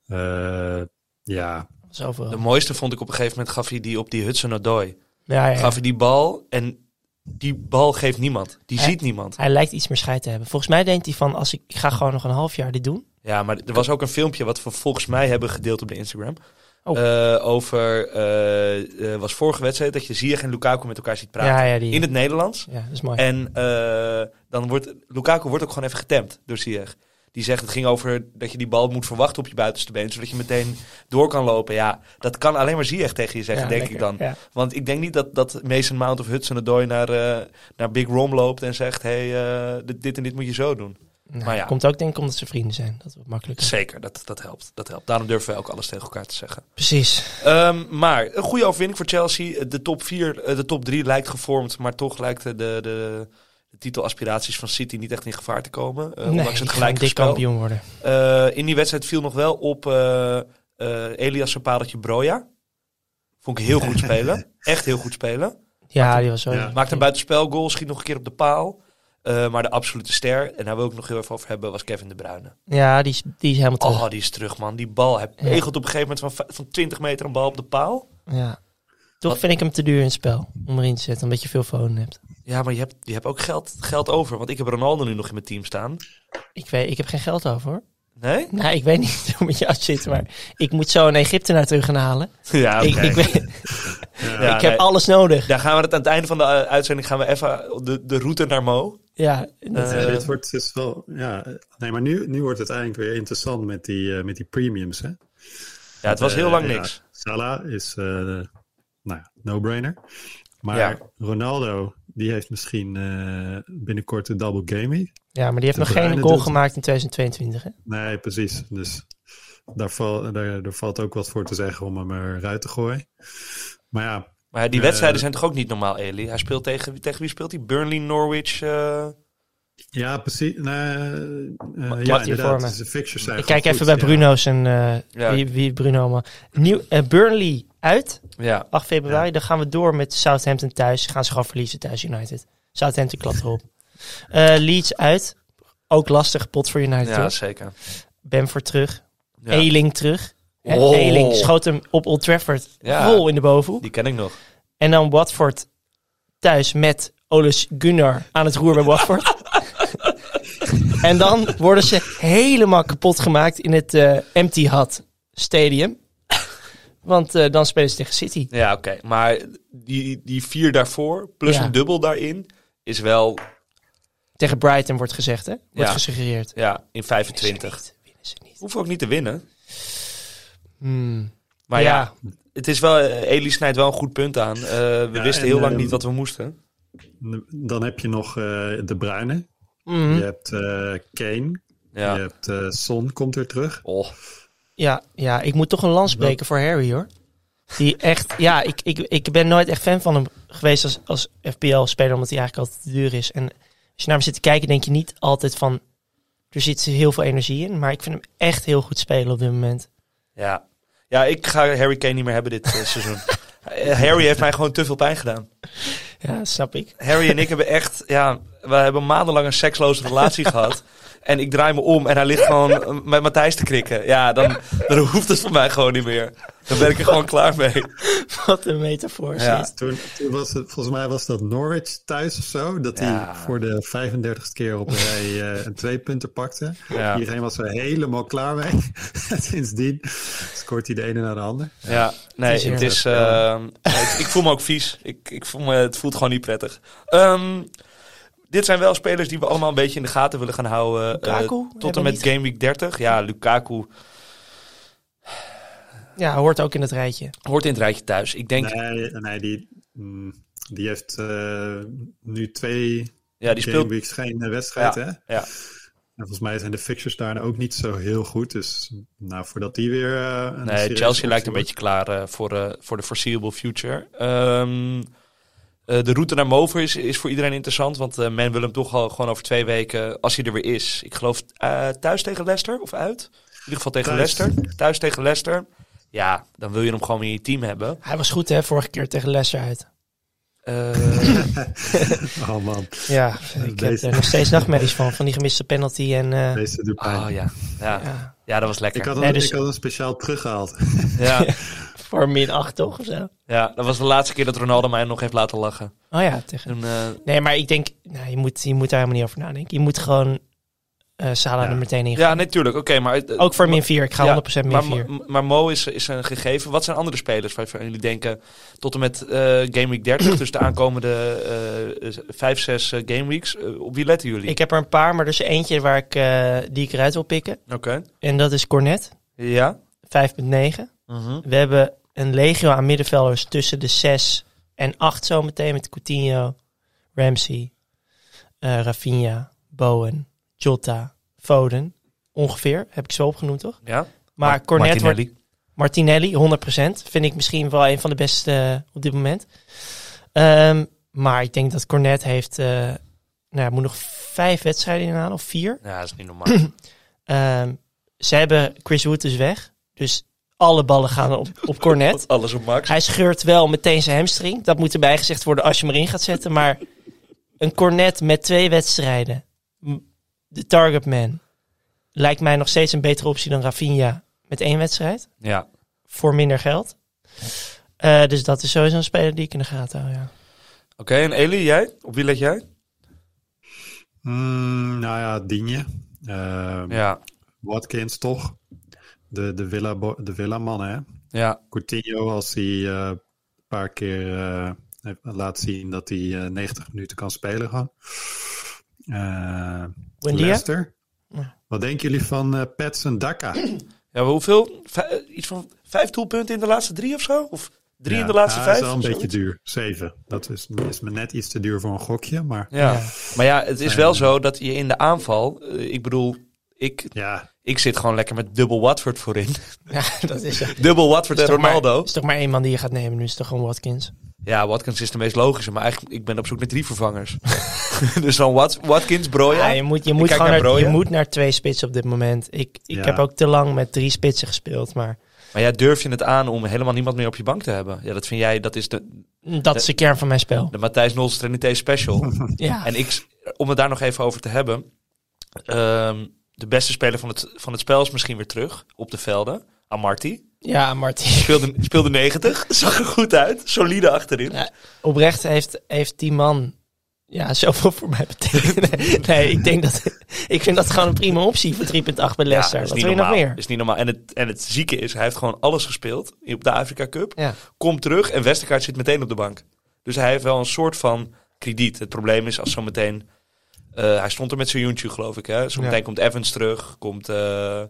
[SPEAKER 4] Eh, ja,
[SPEAKER 3] Dat was overal.
[SPEAKER 2] De mooiste vond ik op een gegeven moment gaf hij die op die Hudson Odoi.
[SPEAKER 3] Ja, ja.
[SPEAKER 2] Gaf hij die bal en die bal geeft niemand. Die
[SPEAKER 3] Eh.
[SPEAKER 2] ziet niemand.
[SPEAKER 3] Hij lijkt iets meer scheid te hebben. Volgens mij denkt hij van, als ik, ik ga gewoon nog een half jaar dit doen.
[SPEAKER 2] Ja, maar er was ook een filmpje wat we volgens mij hebben gedeeld op de Instagram.
[SPEAKER 3] Oh.
[SPEAKER 2] Eh, over, eh, eh, was vorige wedstrijd dat je Ziyech en Lukaku met elkaar ziet praten.
[SPEAKER 3] Ja, ja, die,
[SPEAKER 2] In het Nederlands.
[SPEAKER 3] ja, dat is mooi.
[SPEAKER 2] En eh, dan wordt Lukaku wordt ook gewoon even getemd door Ziyech. Die zegt het ging over dat je die bal moet verwachten op je buitenste been. Zodat je meteen door kan lopen. Ja, dat kan alleen maar Ziyech tegen je zeggen,
[SPEAKER 3] Ja,
[SPEAKER 2] denk ik
[SPEAKER 3] lekker.
[SPEAKER 2] dan.
[SPEAKER 3] Ja.
[SPEAKER 2] Want ik denk niet dat, dat Mason Mount of Hudson Odoi naar, eh, naar Big Rom loopt en zegt... hey, eh, dit, dit en dit moet je zo doen.
[SPEAKER 3] Nou,
[SPEAKER 2] Maar ja.
[SPEAKER 3] Komt ook denk ik omdat ze vrienden zijn. Dat wordt makkelijker.
[SPEAKER 2] Zeker, dat, dat, helpt, dat helpt. Daarom durven wij ook alles tegen elkaar te zeggen.
[SPEAKER 3] Precies.
[SPEAKER 2] Ehm, maar een goede overwinning voor Chelsea. De top 4, eh, de top 3 lijkt gevormd, maar toch lijkt de, de, de, de titelaspiraties van City niet echt in gevaar te komen. Eh
[SPEAKER 3] nee,
[SPEAKER 2] ondanks
[SPEAKER 3] ik
[SPEAKER 2] het
[SPEAKER 3] ga een
[SPEAKER 2] gelijke
[SPEAKER 3] dik
[SPEAKER 2] spel.
[SPEAKER 3] kampioen worden.
[SPEAKER 2] Eh, in die wedstrijd viel nog wel op eh, eh, Elias zijn pareltje Broja. Vond ik heel goed spelen. Echt heel goed spelen.
[SPEAKER 3] Ja, die was wel...
[SPEAKER 4] ja,
[SPEAKER 2] Maakt een buitenspelgoal, schiet nog een keer op de paal. Eh, maar de absolute ster, en daar wil ik nog heel even over hebben, was Kevin De Bruyne.
[SPEAKER 3] Ja, die is, die is helemaal terug.
[SPEAKER 2] Oh, die is terug, man. Die bal. Hij
[SPEAKER 3] Ja.
[SPEAKER 2] pegelt op een gegeven moment van, v- van 20 meter een bal op de paal.
[SPEAKER 3] Ja. Toch
[SPEAKER 2] Wat-
[SPEAKER 3] vind ik hem te duur in het spel. Om erin te zetten, omdat je veel phone hebt.
[SPEAKER 2] Ja, maar je hebt, je hebt ook geld, geld over. Want ik heb Ronaldo nu nog in mijn team staan.
[SPEAKER 3] Ik, weet, ik heb geen geld over hoor.
[SPEAKER 2] Nee? [LAUGHS]
[SPEAKER 3] Nou, ik weet niet [LAUGHS] hoe het met jou zit, maar ik moet zo een Egyptenaar terug gaan halen.
[SPEAKER 2] Ja,
[SPEAKER 3] Ik, ik, weet- [LAUGHS] ik
[SPEAKER 2] Ja,
[SPEAKER 3] heb
[SPEAKER 2] nee.
[SPEAKER 3] alles nodig.
[SPEAKER 2] Daar gaan we het aan het einde van de eh, uitzending gaan we even eh, de, de route naar Mo.
[SPEAKER 3] Ja, dat-
[SPEAKER 2] Eh,
[SPEAKER 4] Ja, dit wordt dus wel. Ja, eh, nee, maar nu, nu wordt het eigenlijk weer interessant met die, eh, met die premiums. Hè?
[SPEAKER 2] ja, het was heel
[SPEAKER 4] Eh,
[SPEAKER 2] lang
[SPEAKER 4] ja,
[SPEAKER 2] niks.
[SPEAKER 4] Salah is eh, nou, ja, no-brainer. Maar
[SPEAKER 2] Ja.
[SPEAKER 4] Ronaldo, die heeft misschien eh, binnenkort de double game week.
[SPEAKER 3] ja, maar die heeft
[SPEAKER 4] De
[SPEAKER 3] nog geen
[SPEAKER 4] Bruyne
[SPEAKER 3] goal
[SPEAKER 4] doet-
[SPEAKER 3] gemaakt in 2022. Hè?
[SPEAKER 4] Nee, precies. Dus daar, val, daar, daar valt ook wat voor te zeggen om hem eruit te gooien. Maar ja,
[SPEAKER 2] Maar ja, die
[SPEAKER 4] eh,
[SPEAKER 2] wedstrijden zijn toch ook niet normaal, Eli? Hij speelt tegen, tegen wie speelt hij? Burnley, Norwich. eh,
[SPEAKER 4] ja precies. Nee, eh,
[SPEAKER 3] hier
[SPEAKER 4] ja,
[SPEAKER 3] voor
[SPEAKER 4] inderdaad.
[SPEAKER 3] me.
[SPEAKER 4] Dus de fixtures zijn
[SPEAKER 3] Ik kijk
[SPEAKER 4] gewoon
[SPEAKER 3] even bij
[SPEAKER 4] goed, ja.
[SPEAKER 3] Bruno's en eh,
[SPEAKER 2] Ja.
[SPEAKER 3] wie, wie Bruno maar. Nieuw, eh, Burnley uit,
[SPEAKER 2] ja.
[SPEAKER 3] 8 februari. Dan gaan we door met Southampton thuis. Gaan ze gewoon verliezen thuis United. Southampton klapt
[SPEAKER 2] [LAUGHS]
[SPEAKER 3] erop. Eh, Leeds uit. Ook lastig pot voor United.
[SPEAKER 2] ja,
[SPEAKER 3] hoor.
[SPEAKER 2] zeker.
[SPEAKER 3] Benford terug.
[SPEAKER 2] Ja.
[SPEAKER 3] Eling terug. Hè,
[SPEAKER 2] Oh.
[SPEAKER 3] Eling schoot hem op Old Trafford
[SPEAKER 2] Ja.
[SPEAKER 3] vol in de bovenhoek.
[SPEAKER 2] Die ken ik nog.
[SPEAKER 3] En dan Watford thuis met Olus Gunnar aan het roer bij Watford.
[SPEAKER 2] [LAUGHS]
[SPEAKER 3] en dan worden ze helemaal kapot gemaakt in het eh, Empty Hut Stadium. Want eh, dan spelen ze tegen City.
[SPEAKER 2] Ja, oké. Maar die, die vier daarvoor, plus
[SPEAKER 3] Ja.
[SPEAKER 2] een dubbel daarin, is wel
[SPEAKER 3] Tegen Brighton wordt gezegd, hè? Wordt
[SPEAKER 2] Ja.
[SPEAKER 3] gesuggereerd.
[SPEAKER 2] ja, in
[SPEAKER 3] Winnen ze
[SPEAKER 2] 25.
[SPEAKER 3] niet, winnen ze niet.
[SPEAKER 2] Hoef ook niet te winnen.
[SPEAKER 3] Hmm.
[SPEAKER 2] Maar ja,
[SPEAKER 3] ja,
[SPEAKER 2] het is wel, eh, Eli snijdt wel een goed punt aan. Eh, we
[SPEAKER 4] Ja,
[SPEAKER 2] wisten
[SPEAKER 4] en,
[SPEAKER 2] heel lang
[SPEAKER 4] ehm,
[SPEAKER 2] niet wat we moesten.
[SPEAKER 4] Dan heb je nog eh, De Bruyne.
[SPEAKER 3] Hmm.
[SPEAKER 4] Je hebt eh, Kane.
[SPEAKER 2] Ja.
[SPEAKER 4] Je hebt eh, Son komt weer terug.
[SPEAKER 2] Oh.
[SPEAKER 3] Ja, ja, ik moet toch een lans breken voor Harry hoor. Die echt, ja, ik, ik, ik ben nooit echt fan van hem geweest als, als FPL-speler, omdat hij eigenlijk altijd te duur is. En als je naar hem zit te kijken, denk je niet altijd van, er zit heel veel energie in. Maar ik vind hem echt heel goed spelen op dit moment.
[SPEAKER 2] Ja. Ja, ik ga Harry Kane niet meer hebben dit eh, seizoen. [LAUGHS] Eh, Harry heeft mij gewoon te veel pijn gedaan.
[SPEAKER 3] Ja, [LAUGHS] snap ik.
[SPEAKER 2] Harry en ik hebben echt, ja, we hebben maandenlang een seksloze relatie gehad. En ik draai me om en hij ligt gewoon eh, met Matthijs te krikken. Ja, dan, dan hoeft het voor mij gewoon niet meer. Dan ben ik er gewoon klaar mee.
[SPEAKER 3] Wat een metafoor.
[SPEAKER 2] Ja.
[SPEAKER 3] zit.
[SPEAKER 4] Toen, toen was het, volgens mij was dat Norwich thuis of zo. Dat hij
[SPEAKER 2] Ja.
[SPEAKER 4] voor de 35ste keer op een rij eh, een twee punten pakte.
[SPEAKER 2] Ja.
[SPEAKER 4] Iedereen was er helemaal klaar mee. [LAUGHS] En Sindsdien scoort hij de ene naar de ander.
[SPEAKER 2] Ja, nee,
[SPEAKER 3] Het is
[SPEAKER 2] het is. eh, ik, ik voel me ook vies. Ik, ik voel me, het voelt gewoon niet prettig. Ehm, dit zijn wel spelers die we allemaal een beetje in de gaten willen gaan houden. eh,
[SPEAKER 3] Lukaku?
[SPEAKER 2] tot
[SPEAKER 3] Hebben
[SPEAKER 2] en
[SPEAKER 3] we
[SPEAKER 2] met Game Week 30. Ja, Lukaku
[SPEAKER 3] Ja, hoort ook in het rijtje.
[SPEAKER 2] hoort in het rijtje thuis. Ik denk,
[SPEAKER 4] Nee, nee die, mm, die heeft eh, nu twee
[SPEAKER 2] ja, die speelt.
[SPEAKER 4] gameweeks geen eh, wedstrijd,
[SPEAKER 2] Ja.
[SPEAKER 4] hè?
[SPEAKER 2] Ja.
[SPEAKER 4] En volgens mij zijn de fixtures daarna ook niet zo heel goed. Dus nou, voordat die weer... eh, een
[SPEAKER 2] Nee, Chelsea
[SPEAKER 4] serieuze
[SPEAKER 2] lijkt
[SPEAKER 4] optie
[SPEAKER 2] een
[SPEAKER 4] wordt.
[SPEAKER 2] beetje klaar eh, voor, eh, voor de foreseeable future. Ehm, eh, de route naar Mover is, is voor iedereen interessant. Want eh, men wil hem toch al gewoon over twee weken, als hij er weer is. Ik geloof eh, thuis tegen Leicester of uit? In ieder geval tegen
[SPEAKER 4] Thuis.
[SPEAKER 2] Leicester. Thuis tegen Leicester. Ja, dan wil je hem gewoon in je team hebben.
[SPEAKER 3] Hij was goed, hè, vorige keer tegen Leicester uit.
[SPEAKER 2] Eh,
[SPEAKER 4] Oh man,
[SPEAKER 3] Ja, ik heb
[SPEAKER 4] Deze-
[SPEAKER 3] er nog steeds nachtmerries van, van die gemiste penalty en... eh,
[SPEAKER 4] deze doet pijn.
[SPEAKER 2] oh ja. Ja.
[SPEAKER 3] ja,
[SPEAKER 2] ja, dat was
[SPEAKER 4] Ik
[SPEAKER 2] lekker.
[SPEAKER 4] had, hem,
[SPEAKER 3] Nee, dus-
[SPEAKER 4] ik had hem speciaal teruggehaald.
[SPEAKER 2] Ja,
[SPEAKER 3] voor min 8 toch of zo.
[SPEAKER 2] ja, dat was de laatste keer dat Ronaldo mij nog heeft laten lachen.
[SPEAKER 3] Oh ja, tegen...
[SPEAKER 2] Toen, eh,
[SPEAKER 3] Nee, maar ik denk, nou, je, moet, je moet daar helemaal niet over nadenken. Je moet gewoon eh Salah
[SPEAKER 4] Ja.
[SPEAKER 3] er meteen in gaan.
[SPEAKER 2] ja, natuurlijk. Oké, maar... eh,
[SPEAKER 3] Ook voor min 4, ik ga
[SPEAKER 2] Ja,
[SPEAKER 3] 100% min
[SPEAKER 2] maar,
[SPEAKER 3] 4.
[SPEAKER 2] m- maar Mo is, is een gegeven. Wat zijn andere spelers waarvan jullie denken tot en met eh Game Week 30, dus de aankomende eh, eh, vijf, zes eh, Game Weeks? eh, op wie letten jullie?
[SPEAKER 3] Ik heb er een paar, maar er is eentje waar ik, eh, die ik eruit wil pikken.
[SPEAKER 2] Oké.
[SPEAKER 3] En dat is Cornet, 5.9.
[SPEAKER 2] Ja. Mhm.
[SPEAKER 3] We hebben een legio aan middenvelders tussen de 6 en 8 zometeen. Met Coutinho, Ramsey, eh Rafinha, Bowen, Jota, Foden. Ongeveer, heb ik zo opgenoemd toch?
[SPEAKER 2] Ja.
[SPEAKER 3] Maar
[SPEAKER 2] Mar-
[SPEAKER 3] Cornet
[SPEAKER 2] Martinelli.
[SPEAKER 3] wordt... Martinelli, 100%. Vind ik misschien wel een van de beste eh, op dit moment. Ehm, maar ik denk dat Cornet heeft... eh nou, ja, moet nog vijf wedstrijden inhalen, of vier.
[SPEAKER 2] Ja, dat is niet
[SPEAKER 3] [LAUGHS]
[SPEAKER 2] normaal.
[SPEAKER 3] Ehm, ze hebben Chris Wood dus weg. Dus alle ballen gaan op, op Cornet.
[SPEAKER 2] Want Alles op max.
[SPEAKER 3] Hij scheurt wel meteen zijn hamstring. Dat moet erbij gezegd worden als je hem erin gaat zetten. Maar een Cornet met twee wedstrijden. m- De target man. Lijkt mij nog steeds een betere optie dan Rafinha met één wedstrijd.
[SPEAKER 2] Ja.
[SPEAKER 3] Voor minder geld. Eh, dus dat is sowieso een speler die ik in de gaten
[SPEAKER 2] [LAUGHS]
[SPEAKER 3] hou. Ja.
[SPEAKER 2] Oké, en Eli, jij? Op wie let jij?
[SPEAKER 4] Mm, nou ja, Digne. Ehm,
[SPEAKER 2] Ja.
[SPEAKER 4] Watkins toch? De, de, villa, bo- de villa man, hè?
[SPEAKER 2] Ja.
[SPEAKER 4] Coutinho, als hij eh, een paar keer eh, heeft laat zien dat hij eh, 90 minuten kan spelen gewoon. Eh,
[SPEAKER 3] Buendia?
[SPEAKER 4] Leicester.
[SPEAKER 3] Ja.
[SPEAKER 4] Wat denken jullie van eh Pets en
[SPEAKER 2] [CLEARS THROAT]
[SPEAKER 4] Dakka?
[SPEAKER 2] ja maar hoeveel? Vij- eh, iets van vijf doelpunten in de laatste drie of zo? Of drie
[SPEAKER 4] Ja,
[SPEAKER 2] in de laatste
[SPEAKER 4] ah,
[SPEAKER 2] vijf?
[SPEAKER 4] is wel een
[SPEAKER 2] of
[SPEAKER 4] beetje
[SPEAKER 2] zoiets?
[SPEAKER 4] duur. Zeven. Dat is, is me net iets te duur voor een gokje, maar
[SPEAKER 2] Ja.
[SPEAKER 3] Ja.
[SPEAKER 2] Maar ja, het is wel zo dat je in de aanval... eh, ik bedoel, ik
[SPEAKER 4] ja.
[SPEAKER 2] Ik zit gewoon lekker met dubbel Watford voorin. [LAUGHS]
[SPEAKER 3] ja, dat is,
[SPEAKER 2] dubbel Watford en
[SPEAKER 3] is toch maar-
[SPEAKER 2] Ronaldo.
[SPEAKER 3] is toch maar één man die je gaat nemen. Nu is het toch gewoon Watkins.
[SPEAKER 2] Ja, Watkins is de meest logische. Maar eigenlijk, ik ben op zoek naar drie vervangers. [LAUGHS] dus dan Wat, Watkins, Broja.
[SPEAKER 3] Ja, je moet, je moet
[SPEAKER 2] Oh kijk
[SPEAKER 3] gewoon
[SPEAKER 2] naar
[SPEAKER 3] naar, je
[SPEAKER 2] Broja.
[SPEAKER 3] moet naar twee spitsen op dit moment. Ik, ik
[SPEAKER 4] Ja.
[SPEAKER 3] heb ook te lang met drie spitsen gespeeld, maar
[SPEAKER 2] Maar ja, durf je het aan om helemaal niemand meer op je bank te hebben? Ja, dat vind jij, dat is de,
[SPEAKER 3] dat is de kern van mijn spel.
[SPEAKER 2] de Matthijs Nolse Trinité
[SPEAKER 3] [LAUGHS]
[SPEAKER 2] special.
[SPEAKER 3] Ja,
[SPEAKER 2] en ik, om het daar nog even over te hebben. ehm, de beste speler van het, van het spel is misschien weer terug op de velden. Amarty.
[SPEAKER 3] ja Martin.
[SPEAKER 2] Speelde, speelde 90. [LAUGHS] Zag er goed uit. Solide achterin.
[SPEAKER 3] Ja, Oprecht heeft, heeft die man ja, zoveel voor mij
[SPEAKER 2] [LAUGHS]
[SPEAKER 3] betekend. Nee, nee, ik denk dat ik vind dat gewoon een prima optie voor 3.8 bij Leicester.
[SPEAKER 2] dat
[SPEAKER 3] Wat
[SPEAKER 2] is
[SPEAKER 3] wil
[SPEAKER 2] niet
[SPEAKER 3] je nog
[SPEAKER 2] normaal.
[SPEAKER 3] meer?
[SPEAKER 2] is niet normaal. En het, en het zieke is, hij heeft gewoon alles gespeeld op de Afrika Cup.
[SPEAKER 3] Ja.
[SPEAKER 2] Komt terug en Westergaard zit meteen op de bank. Dus hij heeft wel een soort van krediet. Het probleem is als zo meteen... eh, hij stond er met zijn Juntje, geloof ik. Hè? Zo meteen
[SPEAKER 3] Ja.
[SPEAKER 2] komt Evans terug, komt eh,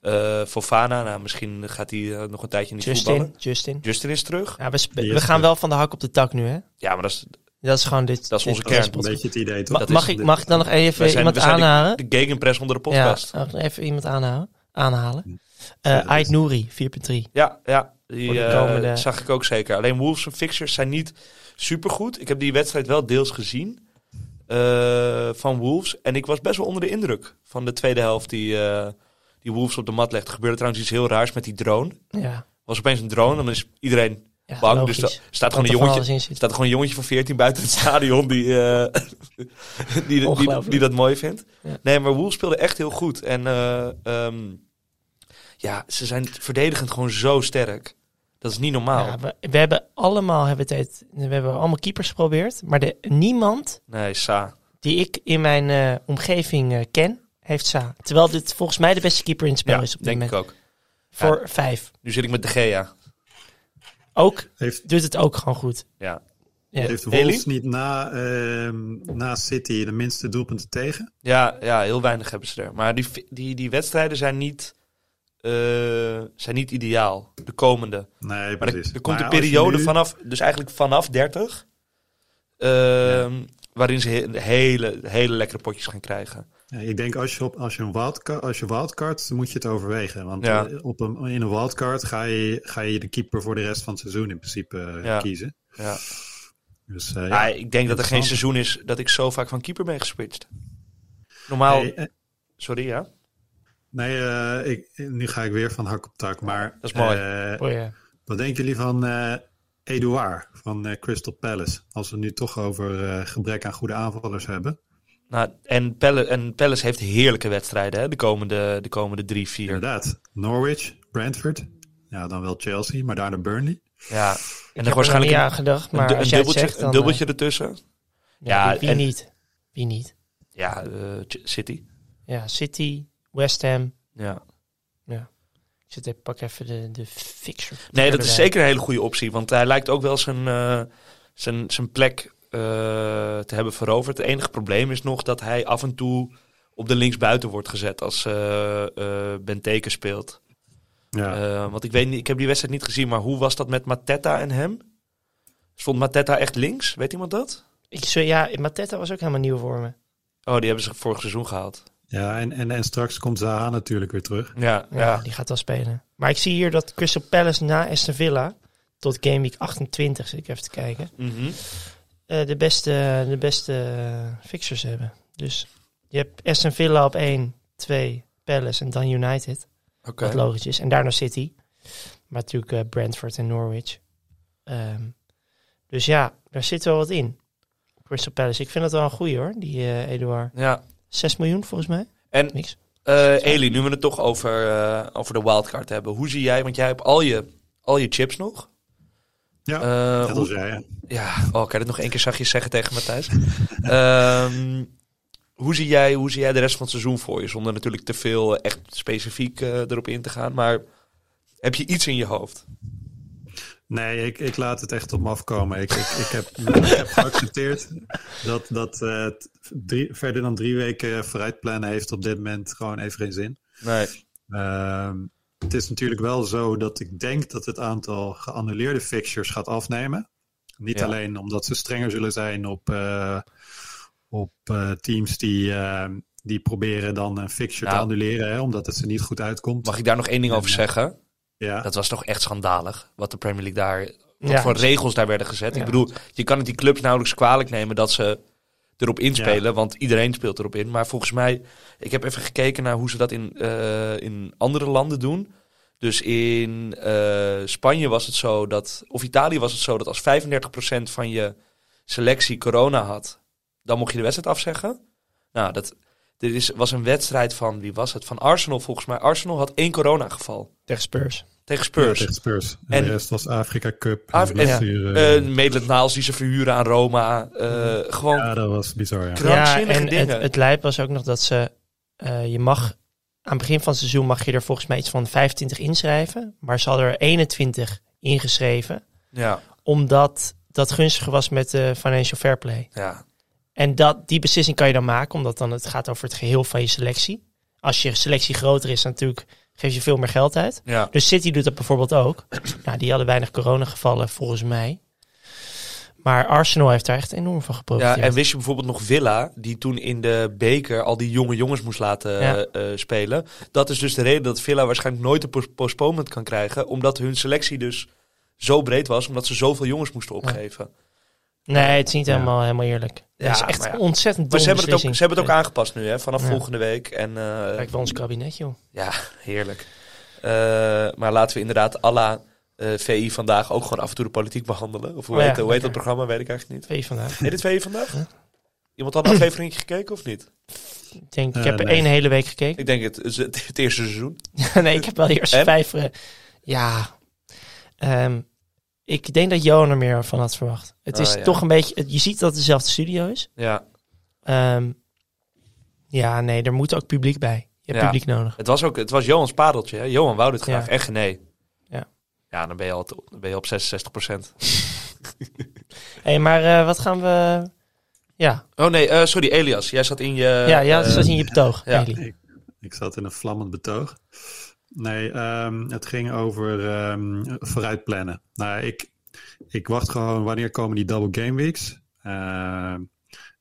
[SPEAKER 2] eh, Fofana. Nou, misschien gaat hij eh, nog een tijdje niet voetballen.
[SPEAKER 3] Justin, Justin.
[SPEAKER 2] Justin is terug.
[SPEAKER 3] Ja, we, spe-
[SPEAKER 4] Die
[SPEAKER 3] we
[SPEAKER 4] is
[SPEAKER 3] gaan
[SPEAKER 4] terug.
[SPEAKER 3] wel van de hak op de tak nu, hè?
[SPEAKER 2] Ja, maar dat is,
[SPEAKER 3] Dat is gewoon dit.
[SPEAKER 2] Dat is
[SPEAKER 3] dit
[SPEAKER 2] onze
[SPEAKER 4] dat is
[SPEAKER 2] kern.
[SPEAKER 4] een beetje het idee toch?
[SPEAKER 3] Ma-
[SPEAKER 2] Dat is
[SPEAKER 3] mag, ik,
[SPEAKER 2] de-
[SPEAKER 3] mag ik dan nog even
[SPEAKER 2] wij zijn,
[SPEAKER 3] iemand
[SPEAKER 2] wij zijn de-
[SPEAKER 3] aanhalen?
[SPEAKER 2] de, gegenpress onder de podcast. Ja,
[SPEAKER 3] Ja, even iemand aanhalen. aanhalen. Eh
[SPEAKER 4] Ja, dat
[SPEAKER 3] Ait
[SPEAKER 4] is-
[SPEAKER 3] Nouri, 4.3.
[SPEAKER 2] ja, die
[SPEAKER 3] Voor de
[SPEAKER 2] eh,
[SPEAKER 3] komende-
[SPEAKER 2] zag ik ook zeker. Alleen Wolves en Fixers zijn niet supergoed. Ik heb die wedstrijd wel deels gezien eh, van Wolves. En ik was best wel onder de indruk van de tweede helft die, eh, die Wolves op de mat legt. Er gebeurde trouwens iets heel raars met die drone.
[SPEAKER 3] Ja.
[SPEAKER 2] was opeens een drone. En dan is iedereen
[SPEAKER 3] Ja,
[SPEAKER 2] bang.
[SPEAKER 3] logisch.
[SPEAKER 2] Dus er staat gewoon,
[SPEAKER 3] Kan
[SPEAKER 2] een
[SPEAKER 3] er van
[SPEAKER 2] jongetje,
[SPEAKER 3] alles in zitten.
[SPEAKER 2] staat gewoon een jongetje van 14 buiten het stadion die, eh, [LAUGHS] die, die, die,
[SPEAKER 3] Ongelooflijk.
[SPEAKER 2] die dat mooi vindt.
[SPEAKER 3] Ja.
[SPEAKER 2] Nee, maar Woel speelde echt heel goed. En eh, ehm, ja, ze zijn verdedigend gewoon zo sterk. Dat is niet normaal.
[SPEAKER 3] Ja, we, we hebben allemaal hebben het, het- we hebben allemaal keepers geprobeerd, maar de, niemand
[SPEAKER 2] Nee, Sa.
[SPEAKER 3] die ik in mijn eh, omgeving eh, ken heeft Sa. Terwijl dit volgens mij de beste keeper in het spel
[SPEAKER 2] Ja,
[SPEAKER 3] is op dit
[SPEAKER 2] denk
[SPEAKER 3] moment.
[SPEAKER 2] ik ook.
[SPEAKER 3] Voor vijf.
[SPEAKER 2] Nu zit ik met De Gea.
[SPEAKER 3] Ook
[SPEAKER 4] Heeft,
[SPEAKER 3] doet het ook gewoon goed.
[SPEAKER 2] Ja.
[SPEAKER 3] Ja.
[SPEAKER 4] heeft
[SPEAKER 2] Haley?
[SPEAKER 4] Wolves niet na, ehm, na City de minste doelpunten tegen?
[SPEAKER 2] Ja, ja, heel weinig hebben ze er. Maar die, die, die wedstrijden zijn niet, eh, zijn niet ideaal. De komende.
[SPEAKER 4] Nee,
[SPEAKER 2] Maar er,
[SPEAKER 4] precies.
[SPEAKER 2] er komt
[SPEAKER 4] Maar
[SPEAKER 2] een
[SPEAKER 4] als je
[SPEAKER 2] periode
[SPEAKER 4] nu-
[SPEAKER 2] vanaf, dus eigenlijk vanaf 30, ehm, waarin ze he- hele, hele lekkere potjes gaan krijgen.
[SPEAKER 4] Ja, ik denk als je, op, als je een wildcard, als je wildcard moet je het overwegen. Want
[SPEAKER 2] Ja.
[SPEAKER 4] eh, op een, in een wildcard ga je, ga je de keeper voor de rest van het seizoen in principe eh,
[SPEAKER 2] Ja.
[SPEAKER 4] kiezen.
[SPEAKER 2] Ja.
[SPEAKER 4] Dus, eh,
[SPEAKER 2] Ah,
[SPEAKER 4] ja.
[SPEAKER 2] ik denk dat er geen
[SPEAKER 4] interessant.
[SPEAKER 2] seizoen is dat ik zo vaak van keeper ben geswitcht. Normaal,
[SPEAKER 4] Hey, eh,
[SPEAKER 2] sorry ja.
[SPEAKER 4] nee, eh, ik, nu ga ik weer van hak op tak. Maar,
[SPEAKER 2] Dat is mooi.
[SPEAKER 4] eh,
[SPEAKER 3] Oh ja.
[SPEAKER 4] wat denken jullie van eh Edouard van eh, Crystal Palace? Als we het nu toch over eh, gebrek aan goede aanvallers hebben.
[SPEAKER 2] Nou, en, Pelle, en Palace heeft heerlijke wedstrijden hè, de, komende, de komende drie, vier.
[SPEAKER 4] Inderdaad, Norwich, Brentford. Ja, dan wel Chelsea, maar daarna Burnley.
[SPEAKER 2] Ja. En dan
[SPEAKER 3] Ik heb er
[SPEAKER 2] waarschijnlijk
[SPEAKER 3] niet
[SPEAKER 2] een,
[SPEAKER 3] aan gedacht,
[SPEAKER 2] een,
[SPEAKER 3] maar
[SPEAKER 2] du-
[SPEAKER 3] als
[SPEAKER 2] een
[SPEAKER 3] jij het
[SPEAKER 2] dubbeltje,
[SPEAKER 3] zegt,
[SPEAKER 2] een
[SPEAKER 3] dan...
[SPEAKER 2] dubbeltje ertussen.
[SPEAKER 3] eh, ja,
[SPEAKER 2] Ja,
[SPEAKER 3] wie, wie
[SPEAKER 2] en-
[SPEAKER 3] niet? Wie niet?
[SPEAKER 2] Ja, eh, Ch- City.
[SPEAKER 3] Ja, City, West Ham.
[SPEAKER 2] Ja.
[SPEAKER 3] Ik zit even, pak even de, de fixture.
[SPEAKER 2] Nee, dat is
[SPEAKER 3] erbij.
[SPEAKER 2] zeker een hele goede optie. Want hij lijkt ook wel zijn, eh, zijn, zijn plek eh, te hebben veroverd. Het enige probleem is nog dat hij af en toe op de linksbuiten wordt gezet als eh, eh, Benteke speelt.
[SPEAKER 4] Ja.
[SPEAKER 2] Eh, want ik weet niet, ik heb die wedstrijd niet gezien, maar hoe was dat met Mateta en hem? Stond Mateta echt links? Weet iemand dat?
[SPEAKER 3] Ik, zo, ja, Mateta was ook helemaal nieuw voor me.
[SPEAKER 2] Oh, die hebben ze vorig seizoen gehaald.
[SPEAKER 4] Ja, en, en, en straks komt Zaha natuurlijk weer terug.
[SPEAKER 2] Ja,
[SPEAKER 3] Ja,
[SPEAKER 2] ja.
[SPEAKER 3] die gaat wel spelen. Maar ik zie hier dat Crystal Palace na Aston Villa tot Game Week 28, zit ik even te kijken,
[SPEAKER 2] Mhm.
[SPEAKER 3] eh, de beste, de beste eh, fixtures hebben. Dus je hebt Aston Villa op 1, 2, Palace en dan United,
[SPEAKER 2] Oké.
[SPEAKER 3] wat logisch is. En daarna City, maar natuurlijk eh, Brentford en Norwich. Ehm, dus ja, daar zit wel wat in. Crystal Palace, ik vind dat wel een goeie hoor, die eh Eduard.
[SPEAKER 2] Ja.
[SPEAKER 3] 6 miljoen volgens mij,
[SPEAKER 2] En
[SPEAKER 3] niks.
[SPEAKER 2] Eh Eli, nu we het toch over, eh, over de wildcard hebben. Hoe zie jij, want jij hebt al je, al je chips nog.
[SPEAKER 4] Ja,
[SPEAKER 2] Eh,
[SPEAKER 4] Net
[SPEAKER 2] hoe-
[SPEAKER 4] als jij. hè.
[SPEAKER 2] ja. Oh, kan je dat nog één keer zachtjes zeggen tegen Matthijs? [LAUGHS] Ehm, hoe, zie jij, hoe zie jij de rest van het seizoen voor je? Zonder natuurlijk te veel eh, echt specifiek eh, erop in te gaan. Maar heb je iets in je hoofd?
[SPEAKER 4] Nee, ik, ik laat het echt op me afkomen. Ik, ik, ik, heb, [LAUGHS] ik heb geaccepteerd dat, dat eh, t- drie, verder dan drie weken vooruit plannen heeft op dit moment gewoon even geen zin.
[SPEAKER 2] Nee.
[SPEAKER 4] Ehm, het is natuurlijk wel zo dat ik denk dat het aantal geannuleerde fixtures gaat afnemen. Niet
[SPEAKER 2] Ja.
[SPEAKER 4] alleen omdat ze strenger zullen zijn op, eh, op eh, teams die, eh, die proberen dan een fixture
[SPEAKER 2] Nou.
[SPEAKER 4] te annuleren, hè, omdat het ze niet goed uitkomt.
[SPEAKER 2] Mag ik daar nog één ding over
[SPEAKER 4] Ja.
[SPEAKER 2] zeggen?
[SPEAKER 4] ja.
[SPEAKER 2] Dat was toch echt schandalig. Wat de Premier League daar wat
[SPEAKER 3] Ja.
[SPEAKER 2] voor regels daar werden gezet.
[SPEAKER 3] Ja.
[SPEAKER 2] Ik bedoel, je kan het die clubs nauwelijks kwalijk nemen dat ze erop inspelen, want iedereen speelt erop in. Maar volgens mij, ik heb even gekeken naar hoe ze dat in, eh, in andere landen doen. Dus in eh, Spanje was het zo dat, of Italië was het zo dat als 35% van je selectie corona had, dan mocht je de wedstrijd afzeggen. Nou, dat, er is, was een wedstrijd van, wie was het? Van Arsenal volgens mij. Arsenal had één coronageval
[SPEAKER 3] Tegen Spurs.
[SPEAKER 2] tegen Spurs.
[SPEAKER 4] Ja, tegen Spurs. En,
[SPEAKER 2] En-
[SPEAKER 4] de rest was Afrika Cup.
[SPEAKER 2] Af-
[SPEAKER 4] en
[SPEAKER 2] en-
[SPEAKER 4] blessure,
[SPEAKER 2] eh
[SPEAKER 4] eh,
[SPEAKER 2] Maitland Niles die ze verhuren aan Roma. eh, Gewoon
[SPEAKER 4] ja, dat was bizar, ja.
[SPEAKER 3] Ja,
[SPEAKER 2] krankzinnige
[SPEAKER 3] en het,
[SPEAKER 2] dingen.
[SPEAKER 3] het lijp was ook nog dat ze, eh, je mag, aan het begin van het seizoen mag je er volgens mij iets van 25 inschrijven. Maar ze hadden er 21 ingeschreven,
[SPEAKER 2] ja,
[SPEAKER 3] omdat dat gunstig was met de Financial Fair Play.
[SPEAKER 2] ja,
[SPEAKER 3] En dat, die beslissing kan je dan maken, omdat dan het gaat over het geheel van je selectie. Als je selectie groter is, dan natuurlijk geef je veel meer geld uit.
[SPEAKER 2] ja.
[SPEAKER 3] Dus City doet dat bijvoorbeeld ook. [CLEARS THROAT] Nou, die hadden weinig coronagevallen volgens mij. Maar Arsenal heeft daar echt enorm van
[SPEAKER 2] ja.
[SPEAKER 3] geprofiteerd.
[SPEAKER 2] En wist je bijvoorbeeld nog Villa, die toen in de beker al die jonge jongens moest laten
[SPEAKER 3] Ja.
[SPEAKER 2] eh, eh, spelen. Dat is dus de reden dat Villa waarschijnlijk nooit een pos- postponement kan krijgen. Omdat hun selectie dus zo breed was, omdat ze zoveel jongens moesten opgeven.
[SPEAKER 3] Nee, het is niet
[SPEAKER 4] Ja.
[SPEAKER 3] helemaal, helemaal eerlijk.
[SPEAKER 2] Ja,
[SPEAKER 3] het is echt
[SPEAKER 2] maar ja.
[SPEAKER 3] een ontzettend
[SPEAKER 2] Maar
[SPEAKER 3] domme
[SPEAKER 2] ze hebben, het ook,
[SPEAKER 3] beslissing.
[SPEAKER 2] ze hebben het ook aangepast nu, hè, vanaf
[SPEAKER 3] Ja.
[SPEAKER 2] volgende week. En, eh,
[SPEAKER 3] Kijk, wel ons kabinet, joh.
[SPEAKER 2] Ja, heerlijk. Eh, maar laten we inderdaad alla eh, VI vandaag ook gewoon af en toe de politiek behandelen. Of hoe,
[SPEAKER 3] Oh ja,
[SPEAKER 2] heet, hoe heet dat
[SPEAKER 3] lekker.
[SPEAKER 2] programma? Weet ik eigenlijk niet.
[SPEAKER 3] Twee
[SPEAKER 2] [LAUGHS]
[SPEAKER 3] vandaag.
[SPEAKER 2] Heet het VI vandaag? Iemand had een aflevering gekeken of niet?
[SPEAKER 3] Ik, denk, ik
[SPEAKER 4] Eh,
[SPEAKER 3] heb
[SPEAKER 4] nee.
[SPEAKER 3] één hele week gekeken.
[SPEAKER 2] Ik denk het, het, het eerste seizoen.
[SPEAKER 3] [LAUGHS] nee, ik heb wel eerst
[SPEAKER 2] En?
[SPEAKER 3] vijf. eh, ja. Ehm, ik denk dat Johan er meer van had verwacht. Het
[SPEAKER 2] Oh,
[SPEAKER 3] is
[SPEAKER 2] ja.
[SPEAKER 3] toch een beetje. het- je ziet dat het dezelfde studio is.
[SPEAKER 2] Ja.
[SPEAKER 3] Ehm, ja, nee, er moet ook publiek bij. Je hebt
[SPEAKER 2] Ja.
[SPEAKER 3] publiek nodig.
[SPEAKER 2] Het was, ook, het was Johans padeltje. Hè? Johan wou dit graag.
[SPEAKER 3] Ja.
[SPEAKER 2] En nee.
[SPEAKER 3] Ja.
[SPEAKER 2] Ja, dan ben je al, te- dan ben je op 66
[SPEAKER 3] hey, maar eh, wat gaan we. Ja,
[SPEAKER 2] Oh nee, eh, sorry Elias. Jij zat in je...
[SPEAKER 3] ja, ja
[SPEAKER 2] eh,
[SPEAKER 3] dat is in je betoog.
[SPEAKER 2] ja.
[SPEAKER 3] Eli.
[SPEAKER 4] Ik zat in een vlammend betoog. Nee, ehm, het ging over ehm vooruitplannen. Nou, ik, ik wacht gewoon wanneer komen die double game weeks. Ehm,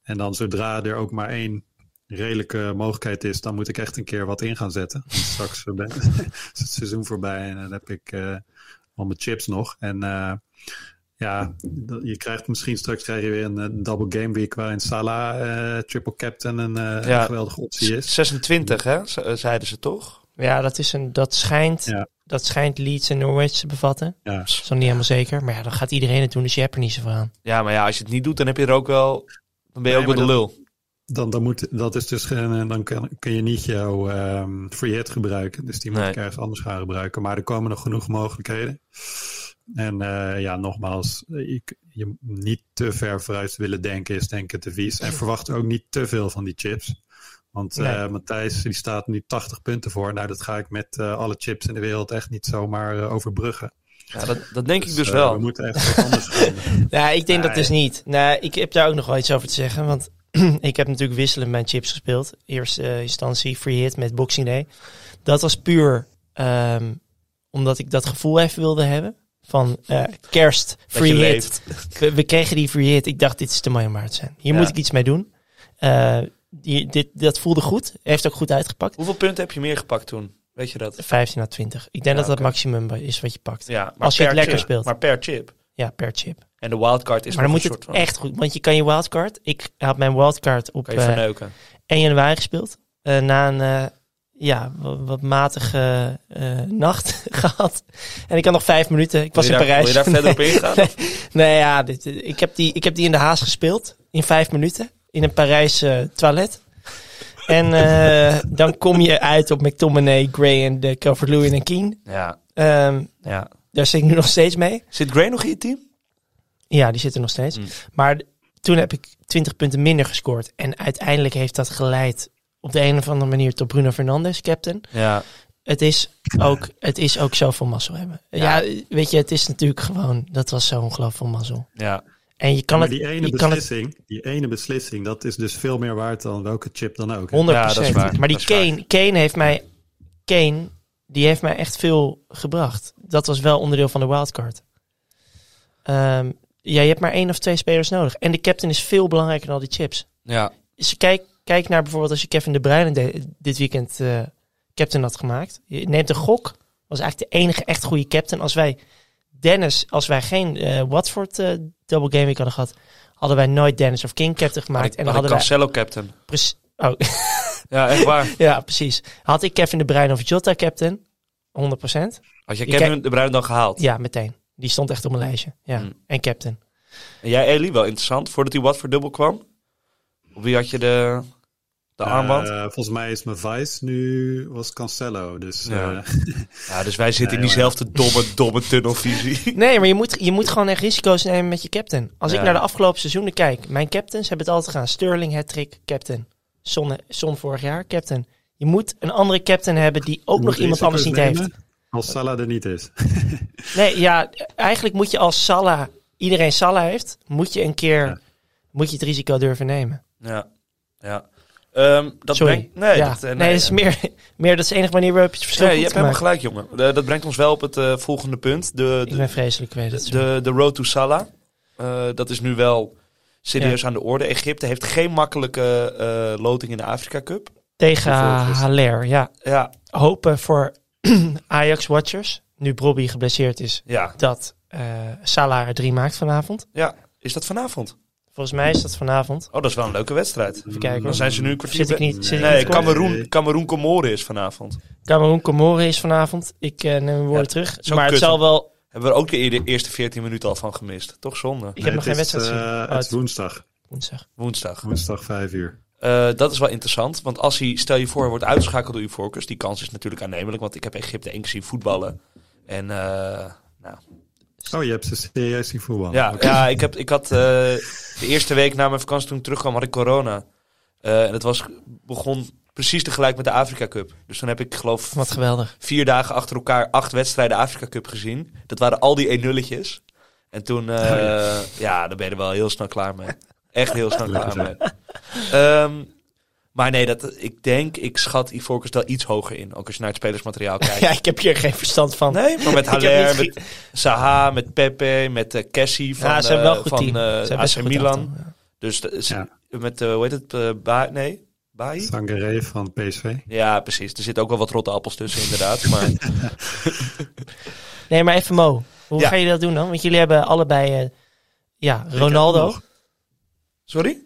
[SPEAKER 4] en dan zodra er ook maar één redelijke mogelijkheid is, dan moet ik echt een keer wat in gaan zetten. Want Straks eh, ben- [LAUGHS] is het seizoen voorbij en dan heb ik eh, al mijn chips nog. En eh, ja, dat- je krijgt misschien straks krijg je weer een eh, double game week waarin Salah eh, triple captain een, eh,
[SPEAKER 2] Ja.
[SPEAKER 4] een geweldige optie is.
[SPEAKER 2] 26 hè, ze- eh, zeiden ze toch?
[SPEAKER 3] Ja, dat, is een, dat, schijnt,
[SPEAKER 4] Ja.
[SPEAKER 3] dat schijnt Leeds en Norwich te bevatten.
[SPEAKER 4] Ja.
[SPEAKER 3] Dat is nog niet helemaal zeker. Maar ja, dan gaat iedereen het doen, dus je hebt er niet zoveel aan.
[SPEAKER 2] Ja, maar ja, als je het niet doet, dan heb je er ook wel... Dan ben je
[SPEAKER 4] Nee,
[SPEAKER 2] ook wel de
[SPEAKER 4] maar
[SPEAKER 2] lul.
[SPEAKER 4] Dan, dan moet, dat is dus geen, dan kan, kun je niet jouw ehm free hit gebruiken. Dus die moet
[SPEAKER 2] Nee.
[SPEAKER 4] ik ergens anders gaan gebruiken. Maar er komen nog genoeg mogelijkheden. En eh, ja, nogmaals, eh, ik, je niet te ver vooruit willen denken is denk ik het devies. En verwacht ook niet te veel van die chips. Want eh,
[SPEAKER 3] Nee.
[SPEAKER 4] Matthijs die staat nu 80 punten voor. Nou, dat ga ik met eh, alle chips in de wereld echt niet zomaar eh, overbruggen.
[SPEAKER 2] Ja, dat, dat denk ik dus
[SPEAKER 4] eh,
[SPEAKER 2] wel.
[SPEAKER 4] we moeten echt wat
[SPEAKER 3] [LAUGHS]
[SPEAKER 4] anders gaan doen.
[SPEAKER 3] Nou, ik denk dat
[SPEAKER 4] Nee.
[SPEAKER 3] dus niet. Nou, ik heb daar ook nog wel iets over te zeggen. Want [CLEARS THROAT] ik heb natuurlijk wisselend mijn chips gespeeld. Eerste eh, instantie free hit met Boxing Day. Dat was puur ehm, omdat ik dat gevoel even wilde hebben. Van eh, kerst,
[SPEAKER 2] dat je
[SPEAKER 3] free hit.
[SPEAKER 2] leeft.
[SPEAKER 3] We, we kregen die free hit. Ik dacht, dit is te mooi om waar te zijn. Hier
[SPEAKER 2] Ja.
[SPEAKER 3] moet ik iets mee doen. Eh, die, dit, dat voelde goed. Heeft ook goed uitgepakt.
[SPEAKER 2] Hoeveel punten heb je meer gepakt toen? Weet je dat?
[SPEAKER 3] 15 à 20. Ik denk dat dat
[SPEAKER 2] oké.
[SPEAKER 3] maximum is wat je pakt.
[SPEAKER 2] Ja,
[SPEAKER 3] Als je het
[SPEAKER 2] per
[SPEAKER 3] lekker
[SPEAKER 2] chip.
[SPEAKER 3] speelt.
[SPEAKER 2] Maar per chip.
[SPEAKER 3] Ja, per chip.
[SPEAKER 2] En de wildcard is
[SPEAKER 3] maar dan
[SPEAKER 2] nog
[SPEAKER 3] moet
[SPEAKER 2] een
[SPEAKER 3] het
[SPEAKER 2] soort van...
[SPEAKER 3] echt goed. Want je kan je wildcard... Ik had mijn wildcard op
[SPEAKER 2] Kan je
[SPEAKER 3] eh,
[SPEAKER 2] verneuken.
[SPEAKER 3] 1 januari gespeeld. Eh, na een eh, ja, wat, wat matige eh, nacht [LAUGHS] gehad. En ik had nog vijf minuten. Ik
[SPEAKER 2] Wil
[SPEAKER 3] was
[SPEAKER 2] je
[SPEAKER 3] in
[SPEAKER 2] daar-
[SPEAKER 3] Parijs.
[SPEAKER 2] Wil je daar verder op ingaan?
[SPEAKER 3] [LAUGHS] Nee, ja, dit, dit- ik, heb die, ik heb die in de haas gespeeld. In vijf minuten. In een Parijs eh, toilet. En eh, [LAUGHS] dan kom je uit op McTominay, Gray en de Calvert-Lewin en Keane.
[SPEAKER 2] Ja,
[SPEAKER 3] Ehm,
[SPEAKER 2] ja.
[SPEAKER 3] daar zit ik nu nog steeds mee.
[SPEAKER 2] Zit Gray nog in je team?
[SPEAKER 3] Ja, die zit er nog steeds.
[SPEAKER 2] Mm.
[SPEAKER 3] Maar d- toen heb ik 20 punten minder gescoord. En uiteindelijk heeft dat geleid op de een of andere manier tot Bruno Fernandes, captain.
[SPEAKER 2] Ja.
[SPEAKER 3] Het is ook, het is ook zoveel mazzel hebben. Ja. weet je, het is natuurlijk gewoon, dat was zo ongelooflijk veel mazzel.
[SPEAKER 2] Ja.
[SPEAKER 3] En je kan
[SPEAKER 4] maar
[SPEAKER 3] het,
[SPEAKER 4] die ene,
[SPEAKER 3] je kan het
[SPEAKER 4] beslissing, die ene beslissing, dat is dus veel meer waard dan welke chip dan ook.
[SPEAKER 3] 100%.
[SPEAKER 4] hè?
[SPEAKER 2] Ja, dat is waar.
[SPEAKER 3] Maar die
[SPEAKER 2] Dat is waar.
[SPEAKER 3] Kane, Kane heeft mij, Kane, die heeft mij echt veel gebracht. Dat was wel onderdeel van de wildcard. Ehm, ja, je hebt maar één of twee spelers nodig. En de captain is veel belangrijker dan al die chips.
[SPEAKER 2] Ja.
[SPEAKER 3] Dus kijk, kijk naar bijvoorbeeld als je Kevin De Bruyne de- dit weekend eh, captain had gemaakt. Je neemt een gok. Was eigenlijk de enige echt goede captain. Als wij Dennis, als wij geen eh, Watford eh, double game week hadden gehad, hadden wij nooit Dennis of King captain gemaakt. en
[SPEAKER 2] en
[SPEAKER 3] dan
[SPEAKER 2] hadden
[SPEAKER 3] hadden wij
[SPEAKER 2] Cancelo captain.
[SPEAKER 3] preci- oh, [LAUGHS]
[SPEAKER 2] Ja, echt waar.
[SPEAKER 3] ja, precies. Had ik Kevin De Bruyne of Jota captain? 100%.
[SPEAKER 2] Had je
[SPEAKER 3] Je
[SPEAKER 2] Kevin de Bruin dan gehaald?
[SPEAKER 3] Ja, meteen. Die stond echt op mijn lijstje. Ja,
[SPEAKER 2] Hmm.
[SPEAKER 3] en captain.
[SPEAKER 2] En jij, Eli, wel interessant. Voordat hij wat voor dubbel kwam. Op wie had je de, de armband?
[SPEAKER 4] Eh, volgens mij is mijn vice nu was Cancelo. Dus
[SPEAKER 2] Ja.
[SPEAKER 4] eh,
[SPEAKER 2] ja, dus wij zitten in
[SPEAKER 4] nee, maar-
[SPEAKER 2] diezelfde domme, domme tunnelvisie.
[SPEAKER 3] Nee, maar je moet, je moet gewoon echt risico's nemen met je captain. Als
[SPEAKER 2] Ja.
[SPEAKER 3] ik naar de afgelopen seizoenen kijk, mijn captains hebben het altijd gedaan. Sterling, Hattrick, captain. Son, Son vorig jaar, captain. Je moet een andere captain hebben die ook
[SPEAKER 4] je
[SPEAKER 3] nog
[SPEAKER 4] moet
[SPEAKER 3] iemand anders niet
[SPEAKER 4] risico's
[SPEAKER 3] heeft.
[SPEAKER 4] nemen Als Salah er niet is.
[SPEAKER 3] Nee, ja, eigenlijk moet je als Salah, iedereen Salah heeft, moet je een keer
[SPEAKER 4] Ja.
[SPEAKER 3] moet je het risico durven nemen.
[SPEAKER 2] [LAUGHS] ja, ja. Ehm, dat
[SPEAKER 3] Sorry.
[SPEAKER 2] brengt- nee,
[SPEAKER 3] Ja.
[SPEAKER 2] dat, eh,
[SPEAKER 3] nee, dat is
[SPEAKER 2] ja.
[SPEAKER 3] meer, meer dat is de enige manier waarop je het verschil
[SPEAKER 2] Nee, je
[SPEAKER 3] goed
[SPEAKER 2] hebt
[SPEAKER 3] kan
[SPEAKER 2] helemaal
[SPEAKER 3] maken.
[SPEAKER 2] gelijk, jongen. Eh, dat brengt ons wel op het eh, volgende punt. De,
[SPEAKER 3] Ik
[SPEAKER 2] de,
[SPEAKER 3] ben vreselijk, ik weet het.
[SPEAKER 2] de, de road to Salah. Eh, dat is nu wel serieus aan de orde. Egypte heeft geen makkelijke eh, loting in de Afrika Cup.
[SPEAKER 3] Tegen
[SPEAKER 2] Bijvoorbeeld is-
[SPEAKER 3] Haller, ja.
[SPEAKER 2] Ja,
[SPEAKER 3] Hopen voor [CLEARS THROAT] Ajax-watchers, nu Bobby geblesseerd is,
[SPEAKER 2] ja,
[SPEAKER 3] dat eh Salah er drie maakt vanavond.
[SPEAKER 2] ja. Is dat vanavond?
[SPEAKER 3] Volgens mij is dat vanavond.
[SPEAKER 2] Oh, dat is wel een leuke wedstrijd.
[SPEAKER 3] Even kijken.
[SPEAKER 2] Dan
[SPEAKER 3] hoor.
[SPEAKER 2] zijn ze nu een kwartier...
[SPEAKER 3] Zit ik niet? Zit ik
[SPEAKER 2] Nee,
[SPEAKER 3] niet kort?
[SPEAKER 2] Cameroen, Cameroen Comoren is vanavond.
[SPEAKER 3] Cameroen Comoren is vanavond. Ik eh, neem mijn woorden terug.
[SPEAKER 2] is ook
[SPEAKER 3] Maar het
[SPEAKER 2] kut,
[SPEAKER 3] zal
[SPEAKER 2] want-
[SPEAKER 3] wel.
[SPEAKER 2] Hebben we er ook de eer- eerste 14 minuten al van gemist. Toch zonde.
[SPEAKER 3] Ik heb nog geen
[SPEAKER 4] het is,
[SPEAKER 3] wedstrijd gezien. Oh,
[SPEAKER 4] eh, het
[SPEAKER 3] het-
[SPEAKER 4] is woensdag.
[SPEAKER 3] Woensdag.
[SPEAKER 2] Woensdag.
[SPEAKER 4] Woensdag 5 uur.
[SPEAKER 2] Eh, dat is wel interessant. Want als hij, stel je voor, hij wordt uitgeschakeld door Ivorcus. Die kans is natuurlijk aannemelijk. Want ik heb Egypte één keer zien voetballen. En eh, nou,
[SPEAKER 4] Oh, je hebt ze serieus zien voetballen.
[SPEAKER 2] ja,
[SPEAKER 4] Oh, Oké.
[SPEAKER 2] ja ik, heb, ik had eh, de eerste week na mijn vakantie toen ik terugkwam, had ik corona. Eh, en het was, begon precies tegelijk met de Afrika Cup. Dus toen heb ik geloof
[SPEAKER 3] Wat geweldig.
[SPEAKER 2] vier dagen achter elkaar acht wedstrijden Afrika Cup gezien. Dat waren al die 1 nulletjes. En toen, eh,
[SPEAKER 3] Oh,
[SPEAKER 2] ja. daar ben je er wel heel snel klaar mee. Echt heel
[SPEAKER 3] [LAUGHS]
[SPEAKER 2] snel
[SPEAKER 4] Lekker
[SPEAKER 2] klaar mee. Ehm, maar nee, dat, ik denk, ik schat Ivorcus wel iets hoger in. Ook als je naar het spelersmateriaal kijkt.
[SPEAKER 3] [LAUGHS] [LAUGHS] Ja, ik heb hier geen verstand van.
[SPEAKER 2] Nee,
[SPEAKER 3] [LAUGHS]
[SPEAKER 2] maar met
[SPEAKER 3] heb
[SPEAKER 2] Haller,
[SPEAKER 3] niet
[SPEAKER 2] met Saha, met Pepe, met eh, Cassie van,
[SPEAKER 3] ja, ze
[SPEAKER 2] eh,
[SPEAKER 3] hebben wel een goed team.
[SPEAKER 2] van eh,
[SPEAKER 3] Ze hebben best
[SPEAKER 2] AC
[SPEAKER 3] een goed
[SPEAKER 2] Milan.
[SPEAKER 3] elftal, ja.
[SPEAKER 2] Dus de- ze-
[SPEAKER 4] Ja.
[SPEAKER 2] met, eh, hoe heet het, eh, Ba- nee, Baai?
[SPEAKER 4] Sangaré van PSV.
[SPEAKER 2] Ja, precies. Er zitten ook wel wat rotte appels tussen inderdaad.
[SPEAKER 3] [LAUGHS]
[SPEAKER 2] Maar
[SPEAKER 3] Nee, maar even Mo. Hoe
[SPEAKER 2] Ja.
[SPEAKER 3] ga je dat doen dan? Want jullie hebben allebei... eh, ja,
[SPEAKER 4] Ik
[SPEAKER 3] Ronaldo.
[SPEAKER 4] heb, hem nog.
[SPEAKER 2] Sorry?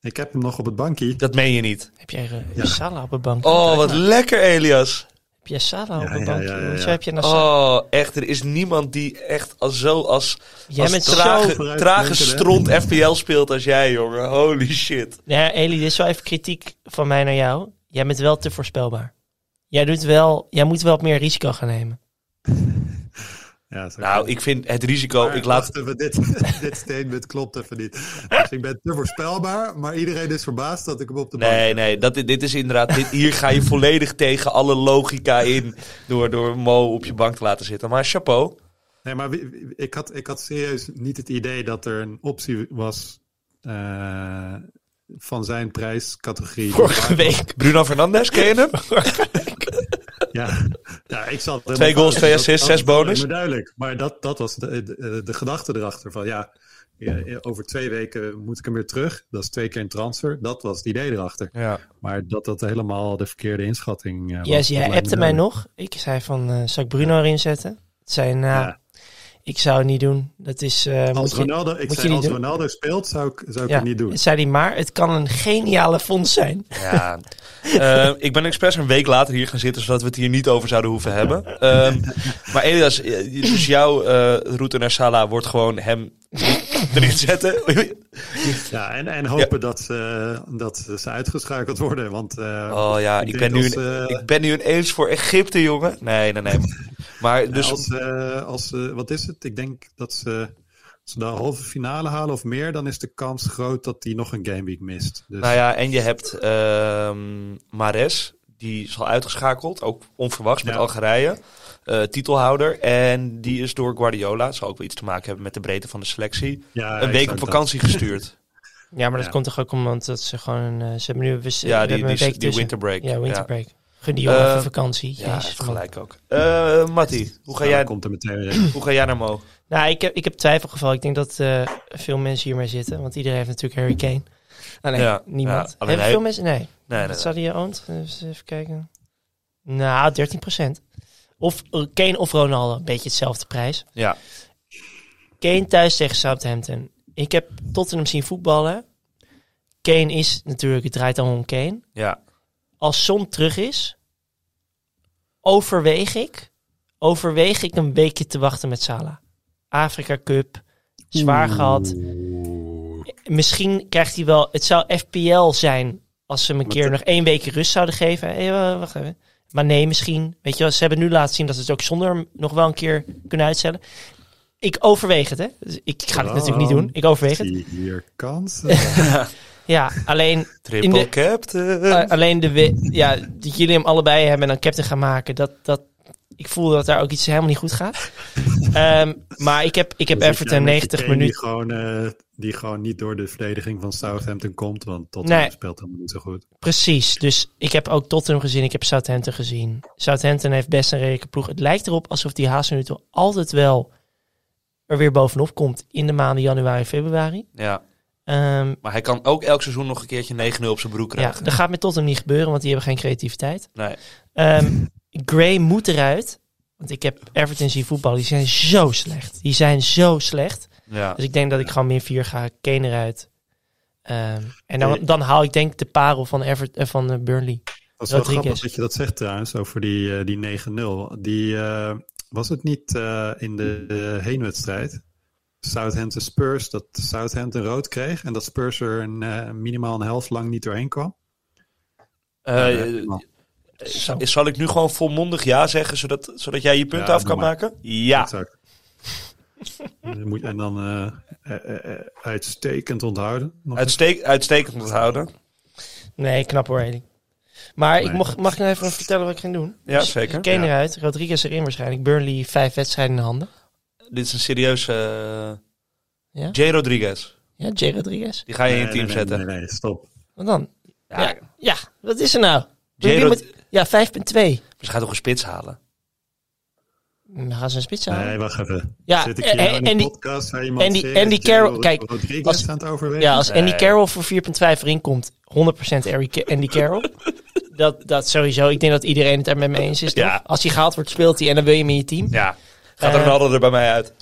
[SPEAKER 4] ik heb hem nog op het bankje.
[SPEAKER 2] Dat meen je niet.
[SPEAKER 3] Heb jij eh,
[SPEAKER 4] Ja.
[SPEAKER 3] Salah op de bank?
[SPEAKER 2] Oh,
[SPEAKER 3] Kijk
[SPEAKER 2] wat
[SPEAKER 3] maar.
[SPEAKER 2] lekker, Elias.
[SPEAKER 3] Heb jij Salah op
[SPEAKER 4] Ja,
[SPEAKER 3] de
[SPEAKER 4] ja,
[SPEAKER 3] bank?
[SPEAKER 4] ja, ja,
[SPEAKER 3] Hoezo
[SPEAKER 4] ja.
[SPEAKER 3] heb je nou Salah?
[SPEAKER 2] Oh, echt. Er is niemand die echt als zo als,
[SPEAKER 3] jij
[SPEAKER 2] als
[SPEAKER 3] bent
[SPEAKER 2] trage,
[SPEAKER 3] zo...
[SPEAKER 4] vooruitdenkend,
[SPEAKER 2] trage
[SPEAKER 4] hè?
[SPEAKER 2] stront FPL speelt als jij, jongen. Holy shit.
[SPEAKER 3] Ja, Eli, dit is wel even kritiek van mij naar jou. Jij bent wel te voorspelbaar. Jij, doet wel, jij moet wel wat meer risico gaan nemen.
[SPEAKER 4] Ja, dat is oké.
[SPEAKER 2] Nou, ik vind het risico...
[SPEAKER 4] Maar
[SPEAKER 2] ik laat,
[SPEAKER 4] wacht even, dit, [LAUGHS] dit statement klopt even
[SPEAKER 2] [LAUGHS]
[SPEAKER 4] niet. Dus ik ben te voorspelbaar, maar iedereen is verbaasd dat ik hem op de bank
[SPEAKER 2] nee,
[SPEAKER 4] heb.
[SPEAKER 2] nee. Dat, dit is inderdaad... Dit, hier ga je volledig [LAUGHS] tegen alle logica in... Door, door Mo op je bank te laten zitten. Maar chapeau.
[SPEAKER 4] Nee, maar wie- wie- ik had, ik had serieus niet het idee dat er een optie was eh, van zijn prijscategorie.
[SPEAKER 3] [LAUGHS] Vorige week.
[SPEAKER 2] Bruno Fernandes, ken je hem?
[SPEAKER 3] [LAUGHS]
[SPEAKER 4] Ja, [LAUGHS] ja ik zat helemaal
[SPEAKER 2] Twee goals,
[SPEAKER 4] fout.
[SPEAKER 2] twee
[SPEAKER 4] Dat-
[SPEAKER 2] assists,
[SPEAKER 4] dat
[SPEAKER 2] zes
[SPEAKER 4] was
[SPEAKER 2] bonus.
[SPEAKER 4] helemaal duidelijk. Maar dat, dat was de, eh, de, de gedachte erachter. Van ja, eh, over twee weken moet ik hem weer terug. Dat is twee keer een transfer. Dat was het idee erachter.
[SPEAKER 2] Ja.
[SPEAKER 4] Maar dat dat helemaal de verkeerde inschatting eh, was.
[SPEAKER 3] Yes,
[SPEAKER 4] dat
[SPEAKER 3] jij
[SPEAKER 4] lijkt
[SPEAKER 3] appte
[SPEAKER 4] me
[SPEAKER 3] mij
[SPEAKER 4] duidelijk.
[SPEAKER 3] nog. Ik zei van, eh zou ik Bruno erin zetten? Het zei, nou,
[SPEAKER 4] Ja.
[SPEAKER 3] ik zou het niet doen. Dat is... eh, moet
[SPEAKER 4] Als
[SPEAKER 3] je-
[SPEAKER 4] Ronaldo, ik
[SPEAKER 3] moet je
[SPEAKER 4] zei,
[SPEAKER 3] niet
[SPEAKER 4] als
[SPEAKER 3] doen.
[SPEAKER 4] Ronaldo speelt, zou ik, zou ik
[SPEAKER 3] ja,
[SPEAKER 4] het niet doen.
[SPEAKER 3] zei hij, maar het kan een geniale fonds zijn.
[SPEAKER 2] Ja. Eh, ik ben expres een week later hier gaan zitten, zodat we het hier niet over zouden hoeven hebben. Ehm, maar Elias, eh, dus jouw eh, route naar Salah wordt gewoon hem erin zetten.
[SPEAKER 4] [LAUGHS] Ja, en, en hopen dat, ze, dat ze uitgeschakeld worden. Want, eh,
[SPEAKER 2] oh ja, ik
[SPEAKER 4] denk
[SPEAKER 2] ben, nu
[SPEAKER 4] als,
[SPEAKER 2] een,
[SPEAKER 4] eh,
[SPEAKER 2] ik ben nu een eens voor Egypte, jongen. Nee, nee, nee. Maar dus,
[SPEAKER 4] als, eh, als, eh, wat is het? Ik denk dat ze, als ze de halve finale halen of meer, dan is de kans groot dat hij nog een game week mist. Dus
[SPEAKER 2] nou ja, en je hebt ehm, Mares, die is al uitgeschakeld, ook onverwachts met
[SPEAKER 4] Ja.
[SPEAKER 2] Algerije. eh, titelhouder. En die is door Guardiola, het zal ook wel iets te maken hebben met de breedte van de selectie,
[SPEAKER 4] ja,
[SPEAKER 2] een week
[SPEAKER 4] exact
[SPEAKER 2] op
[SPEAKER 4] dat.
[SPEAKER 2] vakantie gestuurd.
[SPEAKER 3] Ja, maar dat
[SPEAKER 4] Ja.
[SPEAKER 3] komt toch ook omdat dat ze gewoon... eh, ze hebben nu we, ze- we
[SPEAKER 2] Ja, die,
[SPEAKER 3] hebben
[SPEAKER 2] die,
[SPEAKER 3] een week
[SPEAKER 2] die,
[SPEAKER 3] tussen.
[SPEAKER 2] winterbreak.
[SPEAKER 3] Ja, winterbreak. Gun die jongen
[SPEAKER 2] Eh,
[SPEAKER 4] Ehm,
[SPEAKER 3] even vakantie.
[SPEAKER 2] Ja, ja
[SPEAKER 3] Jezus,
[SPEAKER 2] heeft
[SPEAKER 3] man.
[SPEAKER 2] gelijk ook. Eh Matty, hoe, ga
[SPEAKER 4] Ja,
[SPEAKER 2] jij-
[SPEAKER 4] dan komt er meteen weer
[SPEAKER 2] [CLEARS THROAT]
[SPEAKER 4] een.
[SPEAKER 2] hoe ga jij naar Mo?
[SPEAKER 3] Nou, ik heb, ik heb twijfelgeval. Ik denk dat eh, veel mensen hiermee zitten. Want iedereen heeft natuurlijk Harry Kane. Ah, nee,
[SPEAKER 2] Ja,
[SPEAKER 3] niemand.
[SPEAKER 2] ja, alleen
[SPEAKER 3] Hebben
[SPEAKER 2] hij-
[SPEAKER 3] veel mensen? Nee.
[SPEAKER 2] Nee, nee,
[SPEAKER 3] Wat zou die eh, je owned? Eens even kijken. Nou, 13 Of eh, Kane of Ronaldo. Een beetje hetzelfde prijs.
[SPEAKER 2] nee. Ja.
[SPEAKER 3] Kane thuis tegen Southampton. Ik heb Tottenham zien voetballen. Kane is natuurlijk, het draait al om Kane.
[SPEAKER 2] Ja.
[SPEAKER 3] Als Son terug is, overweeg ik, overweeg ik een weekje te wachten met Salah. Afrika Cup, zwaar gehad.
[SPEAKER 4] Oeh.
[SPEAKER 3] Misschien krijgt hij wel. Het zou FPL zijn als ze hem een
[SPEAKER 4] Maar
[SPEAKER 3] keer
[SPEAKER 4] dat-
[SPEAKER 3] nog één weekje rust zouden geven. Hé, wa- wacht even. Maar nee, misschien. Weet je wel, ze hebben nu laten zien dat ze het ook zonder hem nog wel een keer kunnen uitstellen. Ik overweeg het, hè. Dus ik ga het natuurlijk niet doen. Ik overweeg het.
[SPEAKER 4] Zie hier kansen.
[SPEAKER 3] Ja, alleen,
[SPEAKER 2] Triple
[SPEAKER 3] de-
[SPEAKER 2] captain.
[SPEAKER 3] eh, alleen de we- ja, dat jullie hem allebei hebben en dan captain gaan maken. Dat, dat, ik voel dat daar ook iets helemaal niet goed gaat. Ehm, maar ik heb, ik heb
[SPEAKER 4] Dus jij
[SPEAKER 3] Everton
[SPEAKER 4] met die
[SPEAKER 3] 90
[SPEAKER 4] Kane
[SPEAKER 3] minuten.
[SPEAKER 4] Die gewoon, eh, die gewoon niet door de verdediging van Southampton komt, want tot
[SPEAKER 3] Nee.
[SPEAKER 4] speelt helemaal niet zo goed.
[SPEAKER 3] Precies, dus ik heb ook Tottenham gezien, ik heb Southampton gezien. Southampton heeft best een redelijke ploeg. Het lijkt erop alsof die Hazenutel altijd wel er weer bovenop komt in de maanden januari, februari.
[SPEAKER 2] Ja.
[SPEAKER 3] Ehm,
[SPEAKER 2] Maar hij kan ook elk seizoen nog een keertje 9-0 op zijn broek
[SPEAKER 3] ja,
[SPEAKER 2] krijgen.
[SPEAKER 3] dat gaat met Tottenham niet gebeuren, want die hebben geen creativiteit.
[SPEAKER 2] Nee.
[SPEAKER 3] Ehm, Gray moet eruit, want ik heb Everton zien voetballen. Die zijn zo slecht. Die zijn zo slecht.
[SPEAKER 2] Ja.
[SPEAKER 3] Dus ik denk dat ik gewoon min 4 ga, Kane eruit. Ehm, en dan, dan haal ik denk de parel van, Everton, eh, van eh, Burnley.
[SPEAKER 4] Dat is wel
[SPEAKER 3] Rodriguez.
[SPEAKER 4] grappig dat je dat zegt trouwens over die, eh, die 9-0. Die, eh, Was het niet eh, in de eh, heenwedstrijd? Southampton Spurs, dat Southampton rood kreeg en dat Spurs er een, eh, minimaal een helft lang niet doorheen kwam?
[SPEAKER 2] Eh,
[SPEAKER 4] Eh, nou,
[SPEAKER 3] Zo.
[SPEAKER 2] zal ik nu gewoon volmondig ja zeggen, zodat, zodat jij je punten
[SPEAKER 4] Ja,
[SPEAKER 2] af kan
[SPEAKER 4] doe maar.
[SPEAKER 2] maken? Ja.
[SPEAKER 4] exact. Je moet- en [LAUGHS] dan eh, eh, eh, eh, uitstekend onthouden. Nog
[SPEAKER 2] Uitsteek, uitstekend onthouden.
[SPEAKER 3] Nee, knap hoor, Eddie. Maar ik
[SPEAKER 4] Nee.
[SPEAKER 3] mag, mag ik nou even nog vertellen wat ik ging doen?
[SPEAKER 2] Ja,
[SPEAKER 3] Dus
[SPEAKER 2] zeker.
[SPEAKER 3] Kane
[SPEAKER 4] Ja.
[SPEAKER 3] eruit, Rodriguez erin waarschijnlijk. Burnley vijf wedstrijden in de handen.
[SPEAKER 2] Dit is een serieuze... eh,
[SPEAKER 3] Ja?
[SPEAKER 2] Jay Rodriguez.
[SPEAKER 3] Ja, J. Rodriguez.
[SPEAKER 2] Die ga je in
[SPEAKER 4] Nee,
[SPEAKER 2] je team
[SPEAKER 4] nee, nee,
[SPEAKER 2] zetten.
[SPEAKER 4] Nee, nee, stop.
[SPEAKER 3] Wat dan?
[SPEAKER 2] Ja,
[SPEAKER 3] Ja, ja, wat is er nou?
[SPEAKER 2] J.
[SPEAKER 3] Wie
[SPEAKER 2] Rod-
[SPEAKER 3] moet- Ja, 5.2.
[SPEAKER 2] Ze gaat toch een spits halen?
[SPEAKER 3] Dan gaan ze een spits halen.
[SPEAKER 4] Nee, wacht even.
[SPEAKER 3] Ja,
[SPEAKER 4] Zit ik
[SPEAKER 3] eh,
[SPEAKER 4] hier nou
[SPEAKER 3] eh,
[SPEAKER 4] in de
[SPEAKER 3] en die-
[SPEAKER 4] podcast waar iemand
[SPEAKER 3] en die-
[SPEAKER 4] zegt,
[SPEAKER 3] en die
[SPEAKER 4] Jay
[SPEAKER 3] Carroll-
[SPEAKER 4] Rod-
[SPEAKER 3] kijk,
[SPEAKER 4] Rodriguez
[SPEAKER 3] als-
[SPEAKER 4] aan het overwegen?
[SPEAKER 3] Ja, als Andy
[SPEAKER 2] Nee.
[SPEAKER 3] Carroll voor 4.5 erin komt, 100% Harry Ca- Andy
[SPEAKER 4] [LAUGHS]
[SPEAKER 3] Carroll. dat, dat sowieso. Ik denk dat iedereen het daar met me eens is. toch?
[SPEAKER 2] Ja.
[SPEAKER 3] Als hij gehaald wordt, speelt hij en dan wil je hem in je team.
[SPEAKER 2] Ja. Gaat
[SPEAKER 3] Eh,
[SPEAKER 2] Ronaldo er bij mij uit?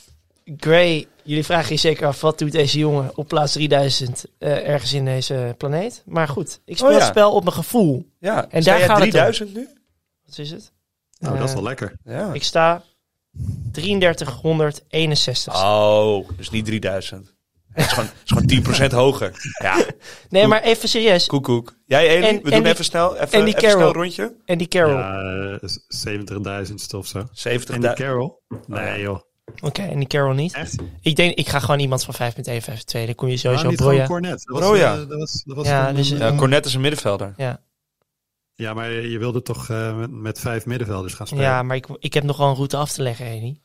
[SPEAKER 3] Gray, jullie vragen je zeker af, wat doet deze jongen op plaats 3000 eh, ergens in deze planeet? Maar goed, ik speel
[SPEAKER 2] Oh ja.
[SPEAKER 3] het spel op mijn gevoel.
[SPEAKER 2] Ja.
[SPEAKER 3] en
[SPEAKER 2] Sta
[SPEAKER 3] daar
[SPEAKER 2] jij
[SPEAKER 3] gaat het om.
[SPEAKER 2] 3000 nu?
[SPEAKER 3] Wat is het?
[SPEAKER 4] Nou, dat is
[SPEAKER 3] Eh,
[SPEAKER 4] wel lekker.
[SPEAKER 2] Ja.
[SPEAKER 3] Ik sta 3361.
[SPEAKER 4] Ah,
[SPEAKER 2] Oh, dus niet 3000. Het is gewoon, het is gewoon 10% hoger. Ja,
[SPEAKER 3] nee, maar even serieus.
[SPEAKER 2] koekoek. Jij, Eli,
[SPEAKER 3] En-
[SPEAKER 2] we
[SPEAKER 3] en
[SPEAKER 2] doen
[SPEAKER 3] die-
[SPEAKER 2] even snel, even,
[SPEAKER 3] en die
[SPEAKER 2] even snel een
[SPEAKER 3] Carroll.
[SPEAKER 2] rondje.
[SPEAKER 3] Andy Carroll.
[SPEAKER 4] Ja, eh, 70.000ste of zo.
[SPEAKER 2] 70.000.
[SPEAKER 4] En die Carol? Nee,
[SPEAKER 2] ja.
[SPEAKER 4] joh.
[SPEAKER 3] Oké, Andy Carroll niet.
[SPEAKER 4] Echt?
[SPEAKER 3] Ik denk, ik ga gewoon iemand van 5.1, 5.2. Dan kom je
[SPEAKER 4] Waarom
[SPEAKER 3] sowieso
[SPEAKER 4] niet gewoon
[SPEAKER 3] broeien.
[SPEAKER 4] Cornet? Dat was,
[SPEAKER 2] Broja.
[SPEAKER 4] eh, dat was, dat was
[SPEAKER 3] Ja,
[SPEAKER 4] een-
[SPEAKER 3] dus-
[SPEAKER 4] een-
[SPEAKER 2] Ja, Cornet is een middenvelder.
[SPEAKER 3] Ja.
[SPEAKER 4] ja, maar je wilde toch eh, met, met vijf middenvelders gaan spelen?
[SPEAKER 3] ja, maar ik, ik heb nog wel een route af te leggen, Eni.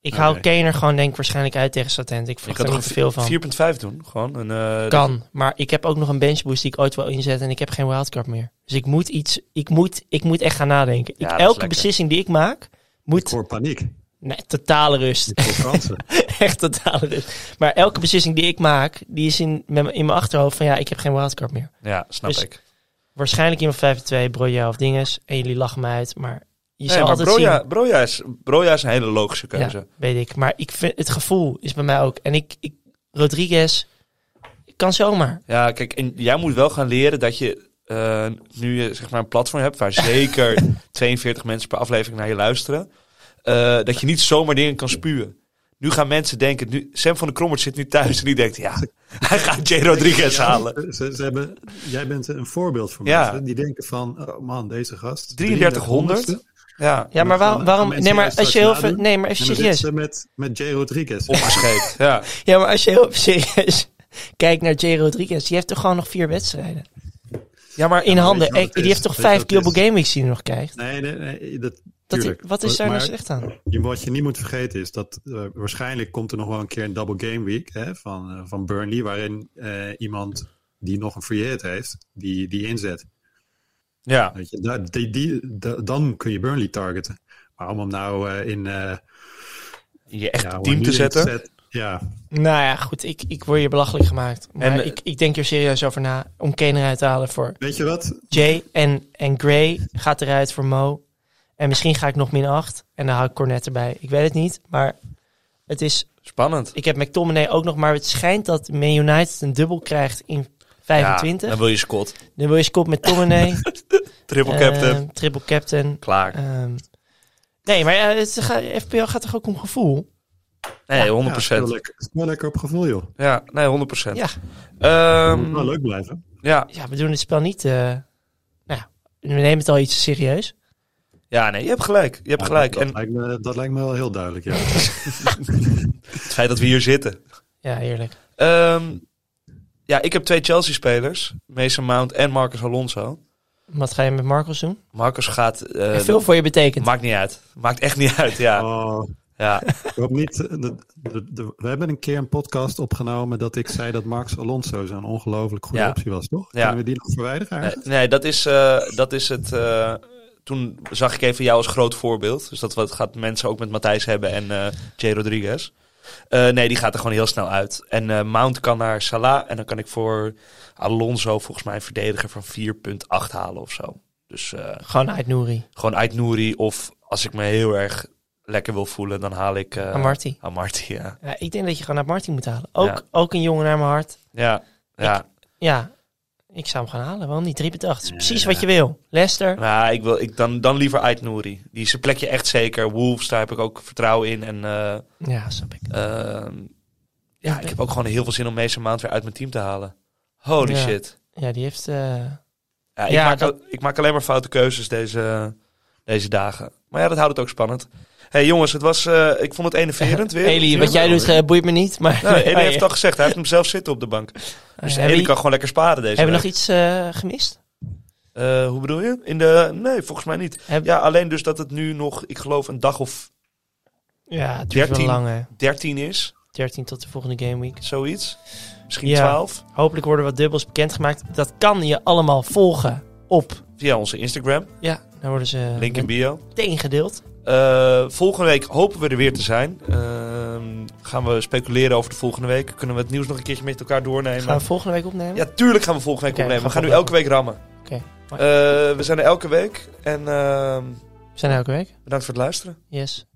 [SPEAKER 3] Ik
[SPEAKER 4] Oké.
[SPEAKER 3] hou Kane er gewoon denk ik waarschijnlijk uit tegen Satent. Ik
[SPEAKER 2] Je
[SPEAKER 3] verwacht
[SPEAKER 2] kan
[SPEAKER 3] er
[SPEAKER 2] toch
[SPEAKER 3] niet veel van.
[SPEAKER 2] 4,5 doen? Gewoon een, eh,
[SPEAKER 3] Kan, maar ik heb ook nog een benchboost die ik ooit wil inzetten en ik heb geen wildcard meer. Dus ik moet iets, ik moet, ik moet echt gaan nadenken.
[SPEAKER 2] Ja, dat
[SPEAKER 3] Ik-
[SPEAKER 2] is
[SPEAKER 3] elke
[SPEAKER 2] lekker.
[SPEAKER 3] beslissing die ik maak,
[SPEAKER 4] Ik
[SPEAKER 3] moet...
[SPEAKER 4] hoor paniek.
[SPEAKER 3] Nee, totale rust.
[SPEAKER 4] Ik hoor [LAUGHS] Fransen.
[SPEAKER 3] [LAUGHS] echt totale rust. Maar elke beslissing die ik maak, die is in, met, in mijn achterhoofd van ja, ik heb geen wildcard meer.
[SPEAKER 2] Ja, snap
[SPEAKER 3] Dus-
[SPEAKER 2] ik.
[SPEAKER 3] Waarschijnlijk iemand 5 2, Broja of Dinges. En jullie lachen me uit, maar je
[SPEAKER 2] Nee,
[SPEAKER 3] zou
[SPEAKER 2] maar
[SPEAKER 3] altijd zien...
[SPEAKER 2] Broja, Broja, is, Broja is een hele logische keuze.
[SPEAKER 3] Ja, weet ik. Maar ik vind, het gevoel is bij mij ook. En ik, ik Rodriguez kan zomaar.
[SPEAKER 2] Ja, kijk, en jij moet wel gaan leren dat je eh, nu je zeg maar een platform hebt waar zeker 42 mensen per aflevering naar je luisteren, eh, dat je niet zomaar dingen kan spuwen. Nu gaan mensen denken, nu, Sam van de Krommert zit nu thuis en die denkt, ja, [LAUGHS] hij gaat J. Rodriguez halen.
[SPEAKER 4] Ze, ze hebben, jij bent een voorbeeld voor
[SPEAKER 2] Ja.
[SPEAKER 4] mensen. Die denken van, oh man, deze gast.
[SPEAKER 2] 3300.
[SPEAKER 4] 3300ste.
[SPEAKER 2] Ja,
[SPEAKER 3] Ja, maar
[SPEAKER 4] gaan-
[SPEAKER 3] waarom?
[SPEAKER 4] gaan
[SPEAKER 3] waarom
[SPEAKER 4] mensen
[SPEAKER 3] nee, maar
[SPEAKER 4] juist
[SPEAKER 3] als je
[SPEAKER 4] straks
[SPEAKER 3] heel veel,
[SPEAKER 4] nadoen?
[SPEAKER 3] nee, maar
[SPEAKER 4] En
[SPEAKER 3] even
[SPEAKER 4] dan zitten
[SPEAKER 3] serieus.
[SPEAKER 4] ze met, met Jay Rodriguez.
[SPEAKER 2] opgescheept. Ja.
[SPEAKER 3] Ja, maar als je heel [LAUGHS] serieus kijkt naar J. Rodriguez, die heeft toch gewoon nog vier wedstrijden
[SPEAKER 2] ja, maar
[SPEAKER 3] in handen.
[SPEAKER 4] je wat
[SPEAKER 3] Eh,
[SPEAKER 4] het
[SPEAKER 3] Die
[SPEAKER 4] is?
[SPEAKER 3] heeft toch
[SPEAKER 4] Weet je
[SPEAKER 3] vijf
[SPEAKER 4] wat het
[SPEAKER 3] Global
[SPEAKER 4] is?
[SPEAKER 3] Game Weeks die hij nog krijgt?
[SPEAKER 4] Nee, nee, nee. Dat,
[SPEAKER 3] Dat,
[SPEAKER 4] tuurlijk.
[SPEAKER 3] wat is daar nou
[SPEAKER 4] Maar-
[SPEAKER 3] slecht aan?
[SPEAKER 4] Je- Wat je niet moet vergeten is dat eh, waarschijnlijk komt er nog wel een keer een double game week hè, van, eh, van Burnley, waarin eh, iemand die nog een free hit heeft, die, die inzet.
[SPEAKER 2] ja.
[SPEAKER 4] Weet je, daar- die, die, da- dan kun je Burnley targeten. Maar om hem nou eh, in eh,
[SPEAKER 2] je echt
[SPEAKER 4] ja,
[SPEAKER 2] een
[SPEAKER 4] hoe
[SPEAKER 2] team
[SPEAKER 4] niet
[SPEAKER 2] te
[SPEAKER 4] in
[SPEAKER 2] zetten.
[SPEAKER 4] ja,
[SPEAKER 3] Nou ja, goed, ik, ik word je belachelijk gemaakt. Maar
[SPEAKER 2] En, eh,
[SPEAKER 3] ik, ik denk hier serieus over na om Kane eruit te halen voor
[SPEAKER 4] weet je wat?
[SPEAKER 3] Jay en, en Gray gaat eruit voor Mo. En misschien ga ik nog min 8. En dan hou ik Cornet erbij. Ik weet het niet. Maar het is,
[SPEAKER 2] Spannend.
[SPEAKER 3] ik heb McTominay ook nog. Maar het schijnt dat Man United een dubbel krijgt in 25.
[SPEAKER 2] Ja, dan wil je Scott.
[SPEAKER 3] dan wil je Scott met Tominay.
[SPEAKER 2] [LAUGHS]
[SPEAKER 3] ehm,
[SPEAKER 2] Triple captain.
[SPEAKER 3] triple captain.
[SPEAKER 2] Klaar.
[SPEAKER 3] Ehm, nee, maar ja, het gaat, FPL gaat toch ook om gevoel?
[SPEAKER 2] Nee, 100%.
[SPEAKER 4] Ja, speel, lekker, speel lekker op gevoel, joh.
[SPEAKER 2] Ja, nee, 100%.
[SPEAKER 3] Ja.
[SPEAKER 2] Ehm,
[SPEAKER 4] Nou, leuk blijven.
[SPEAKER 2] ja.
[SPEAKER 3] Ja, we doen het spel niet... eh, nou ja, we nemen het al iets serieus.
[SPEAKER 2] ja, nee, je hebt gelijk. Je hebt
[SPEAKER 4] Ja,
[SPEAKER 2] gelijk.
[SPEAKER 4] Dat,
[SPEAKER 2] En
[SPEAKER 4] lijkt me, dat lijkt me wel heel duidelijk, ja.
[SPEAKER 2] het feit dat we hier zitten.
[SPEAKER 3] Ja, eerlijk.
[SPEAKER 2] Ehm, ja, ik heb twee Chelsea-spelers. Mason Mount en Marcus Alonso.
[SPEAKER 3] Wat ga je met Marcos doen?
[SPEAKER 2] Marcus gaat... eh,
[SPEAKER 3] En veel voor je betekent.
[SPEAKER 2] Maakt niet uit. Maakt echt niet uit, ja.
[SPEAKER 4] Oh,
[SPEAKER 3] [LAUGHS]
[SPEAKER 2] ja.
[SPEAKER 4] ik hoop niet, eh, de- de- de- we hebben een keer een podcast opgenomen dat ik zei dat Max Alonso zo'n ongelooflijk goede
[SPEAKER 2] Ja.
[SPEAKER 4] optie was, toch?
[SPEAKER 2] Ja. Eh,
[SPEAKER 4] Kunnen we die nog verwijderen
[SPEAKER 2] Nee,
[SPEAKER 4] eigenlijk?
[SPEAKER 2] nee, dat is, eh, dat is het... eh, toen zag ik even jou als groot voorbeeld. Dus dat wat gaat mensen ook met Matthijs hebben en eh Jay Rodriguez. Eh, nee, die gaat er gewoon heel snel uit. En eh, Mount kan naar Salah. En dan kan ik voor Alonso volgens mij een verdediger van 4.8 halen of zo. Dus eh,
[SPEAKER 3] Gewoon uit Nouri.
[SPEAKER 2] gewoon Ait Nouri. Of als ik me heel erg lekker wil voelen, dan haal ik... eh,
[SPEAKER 3] Amarty.
[SPEAKER 2] Amarty, ja.
[SPEAKER 3] Ja, ik denk dat je gewoon naar Martin moet halen. Ook,
[SPEAKER 2] Ja.
[SPEAKER 3] ook een jongen naar mijn hart.
[SPEAKER 2] Ja, ja.
[SPEAKER 3] Ja, Ik zou hem gaan halen, waarom niet? 3,8. Dat is precies wat je wil. Leicester.
[SPEAKER 2] Nou, ik wil, ik dan, dan liever Ait Nouri. Die is zijn plekje echt zeker. Wolves, daar heb ik ook vertrouwen in. En eh,
[SPEAKER 3] Ja, snap ik.
[SPEAKER 2] eh, ja, ik heb ook gewoon heel veel zin om deze maand weer uit mijn team te halen. Holy
[SPEAKER 3] Ja.
[SPEAKER 2] shit.
[SPEAKER 3] Ja, die heeft... eh,
[SPEAKER 2] Ja, ik,
[SPEAKER 3] Ja,
[SPEAKER 2] maak,
[SPEAKER 3] dat-
[SPEAKER 2] al- ik maak alleen maar foute keuzes deze, deze dagen. Maar ja, dat houdt het ook spannend. hey, jongens, het was, eh, ik vond het
[SPEAKER 3] [LAUGHS]
[SPEAKER 2] enerverend weer.
[SPEAKER 3] Eli, wat jij doet eh, boeit me niet, maar...
[SPEAKER 2] Nee, Eli
[SPEAKER 3] Ah,
[SPEAKER 2] heeft
[SPEAKER 3] ja.
[SPEAKER 2] het al gezegd. Hij heeft hem zelf zitten op de bank.
[SPEAKER 3] Ah,
[SPEAKER 2] Dus
[SPEAKER 3] ja,
[SPEAKER 2] Eli
[SPEAKER 3] hebben
[SPEAKER 2] kan gewoon lekker sparen deze
[SPEAKER 3] hebben we nog
[SPEAKER 2] week.
[SPEAKER 3] iets eh, gemist?
[SPEAKER 2] Eh, hoe bedoel je? In de, nee, volgens mij niet.
[SPEAKER 3] Heb-
[SPEAKER 2] Ja, alleen dus dat het nu nog, ik geloof, een dag of
[SPEAKER 3] Ja, het duurt wel
[SPEAKER 2] 13.
[SPEAKER 3] lang, hè.
[SPEAKER 2] 13 is.
[SPEAKER 3] 13 tot de volgende game week.
[SPEAKER 2] Zoiets. Misschien
[SPEAKER 3] Ja.
[SPEAKER 2] 12.
[SPEAKER 3] Hopelijk worden wat dubbels bekendgemaakt. Dat kan je allemaal volgen op.
[SPEAKER 2] Via onze Instagram.
[SPEAKER 3] Ja, dan worden ze
[SPEAKER 2] Link in bio.
[SPEAKER 3] meteen gedeeld.
[SPEAKER 2] Eh, volgende week hopen we er weer te zijn. Ehm, gaan we speculeren over de volgende week. Kunnen we het nieuws nog een keertje met elkaar doornemen?
[SPEAKER 3] Gaan we volgende week opnemen?
[SPEAKER 2] Ja, tuurlijk gaan we volgende week
[SPEAKER 3] Oké,
[SPEAKER 2] opnemen. We gaan
[SPEAKER 3] gaan
[SPEAKER 2] nu
[SPEAKER 3] we
[SPEAKER 2] elke week rammen.
[SPEAKER 3] Oké, fijn.
[SPEAKER 2] Eh, we zijn er elke week. En ehm,
[SPEAKER 3] Zijn er elke week?
[SPEAKER 2] bedankt voor het luisteren.
[SPEAKER 3] Yes.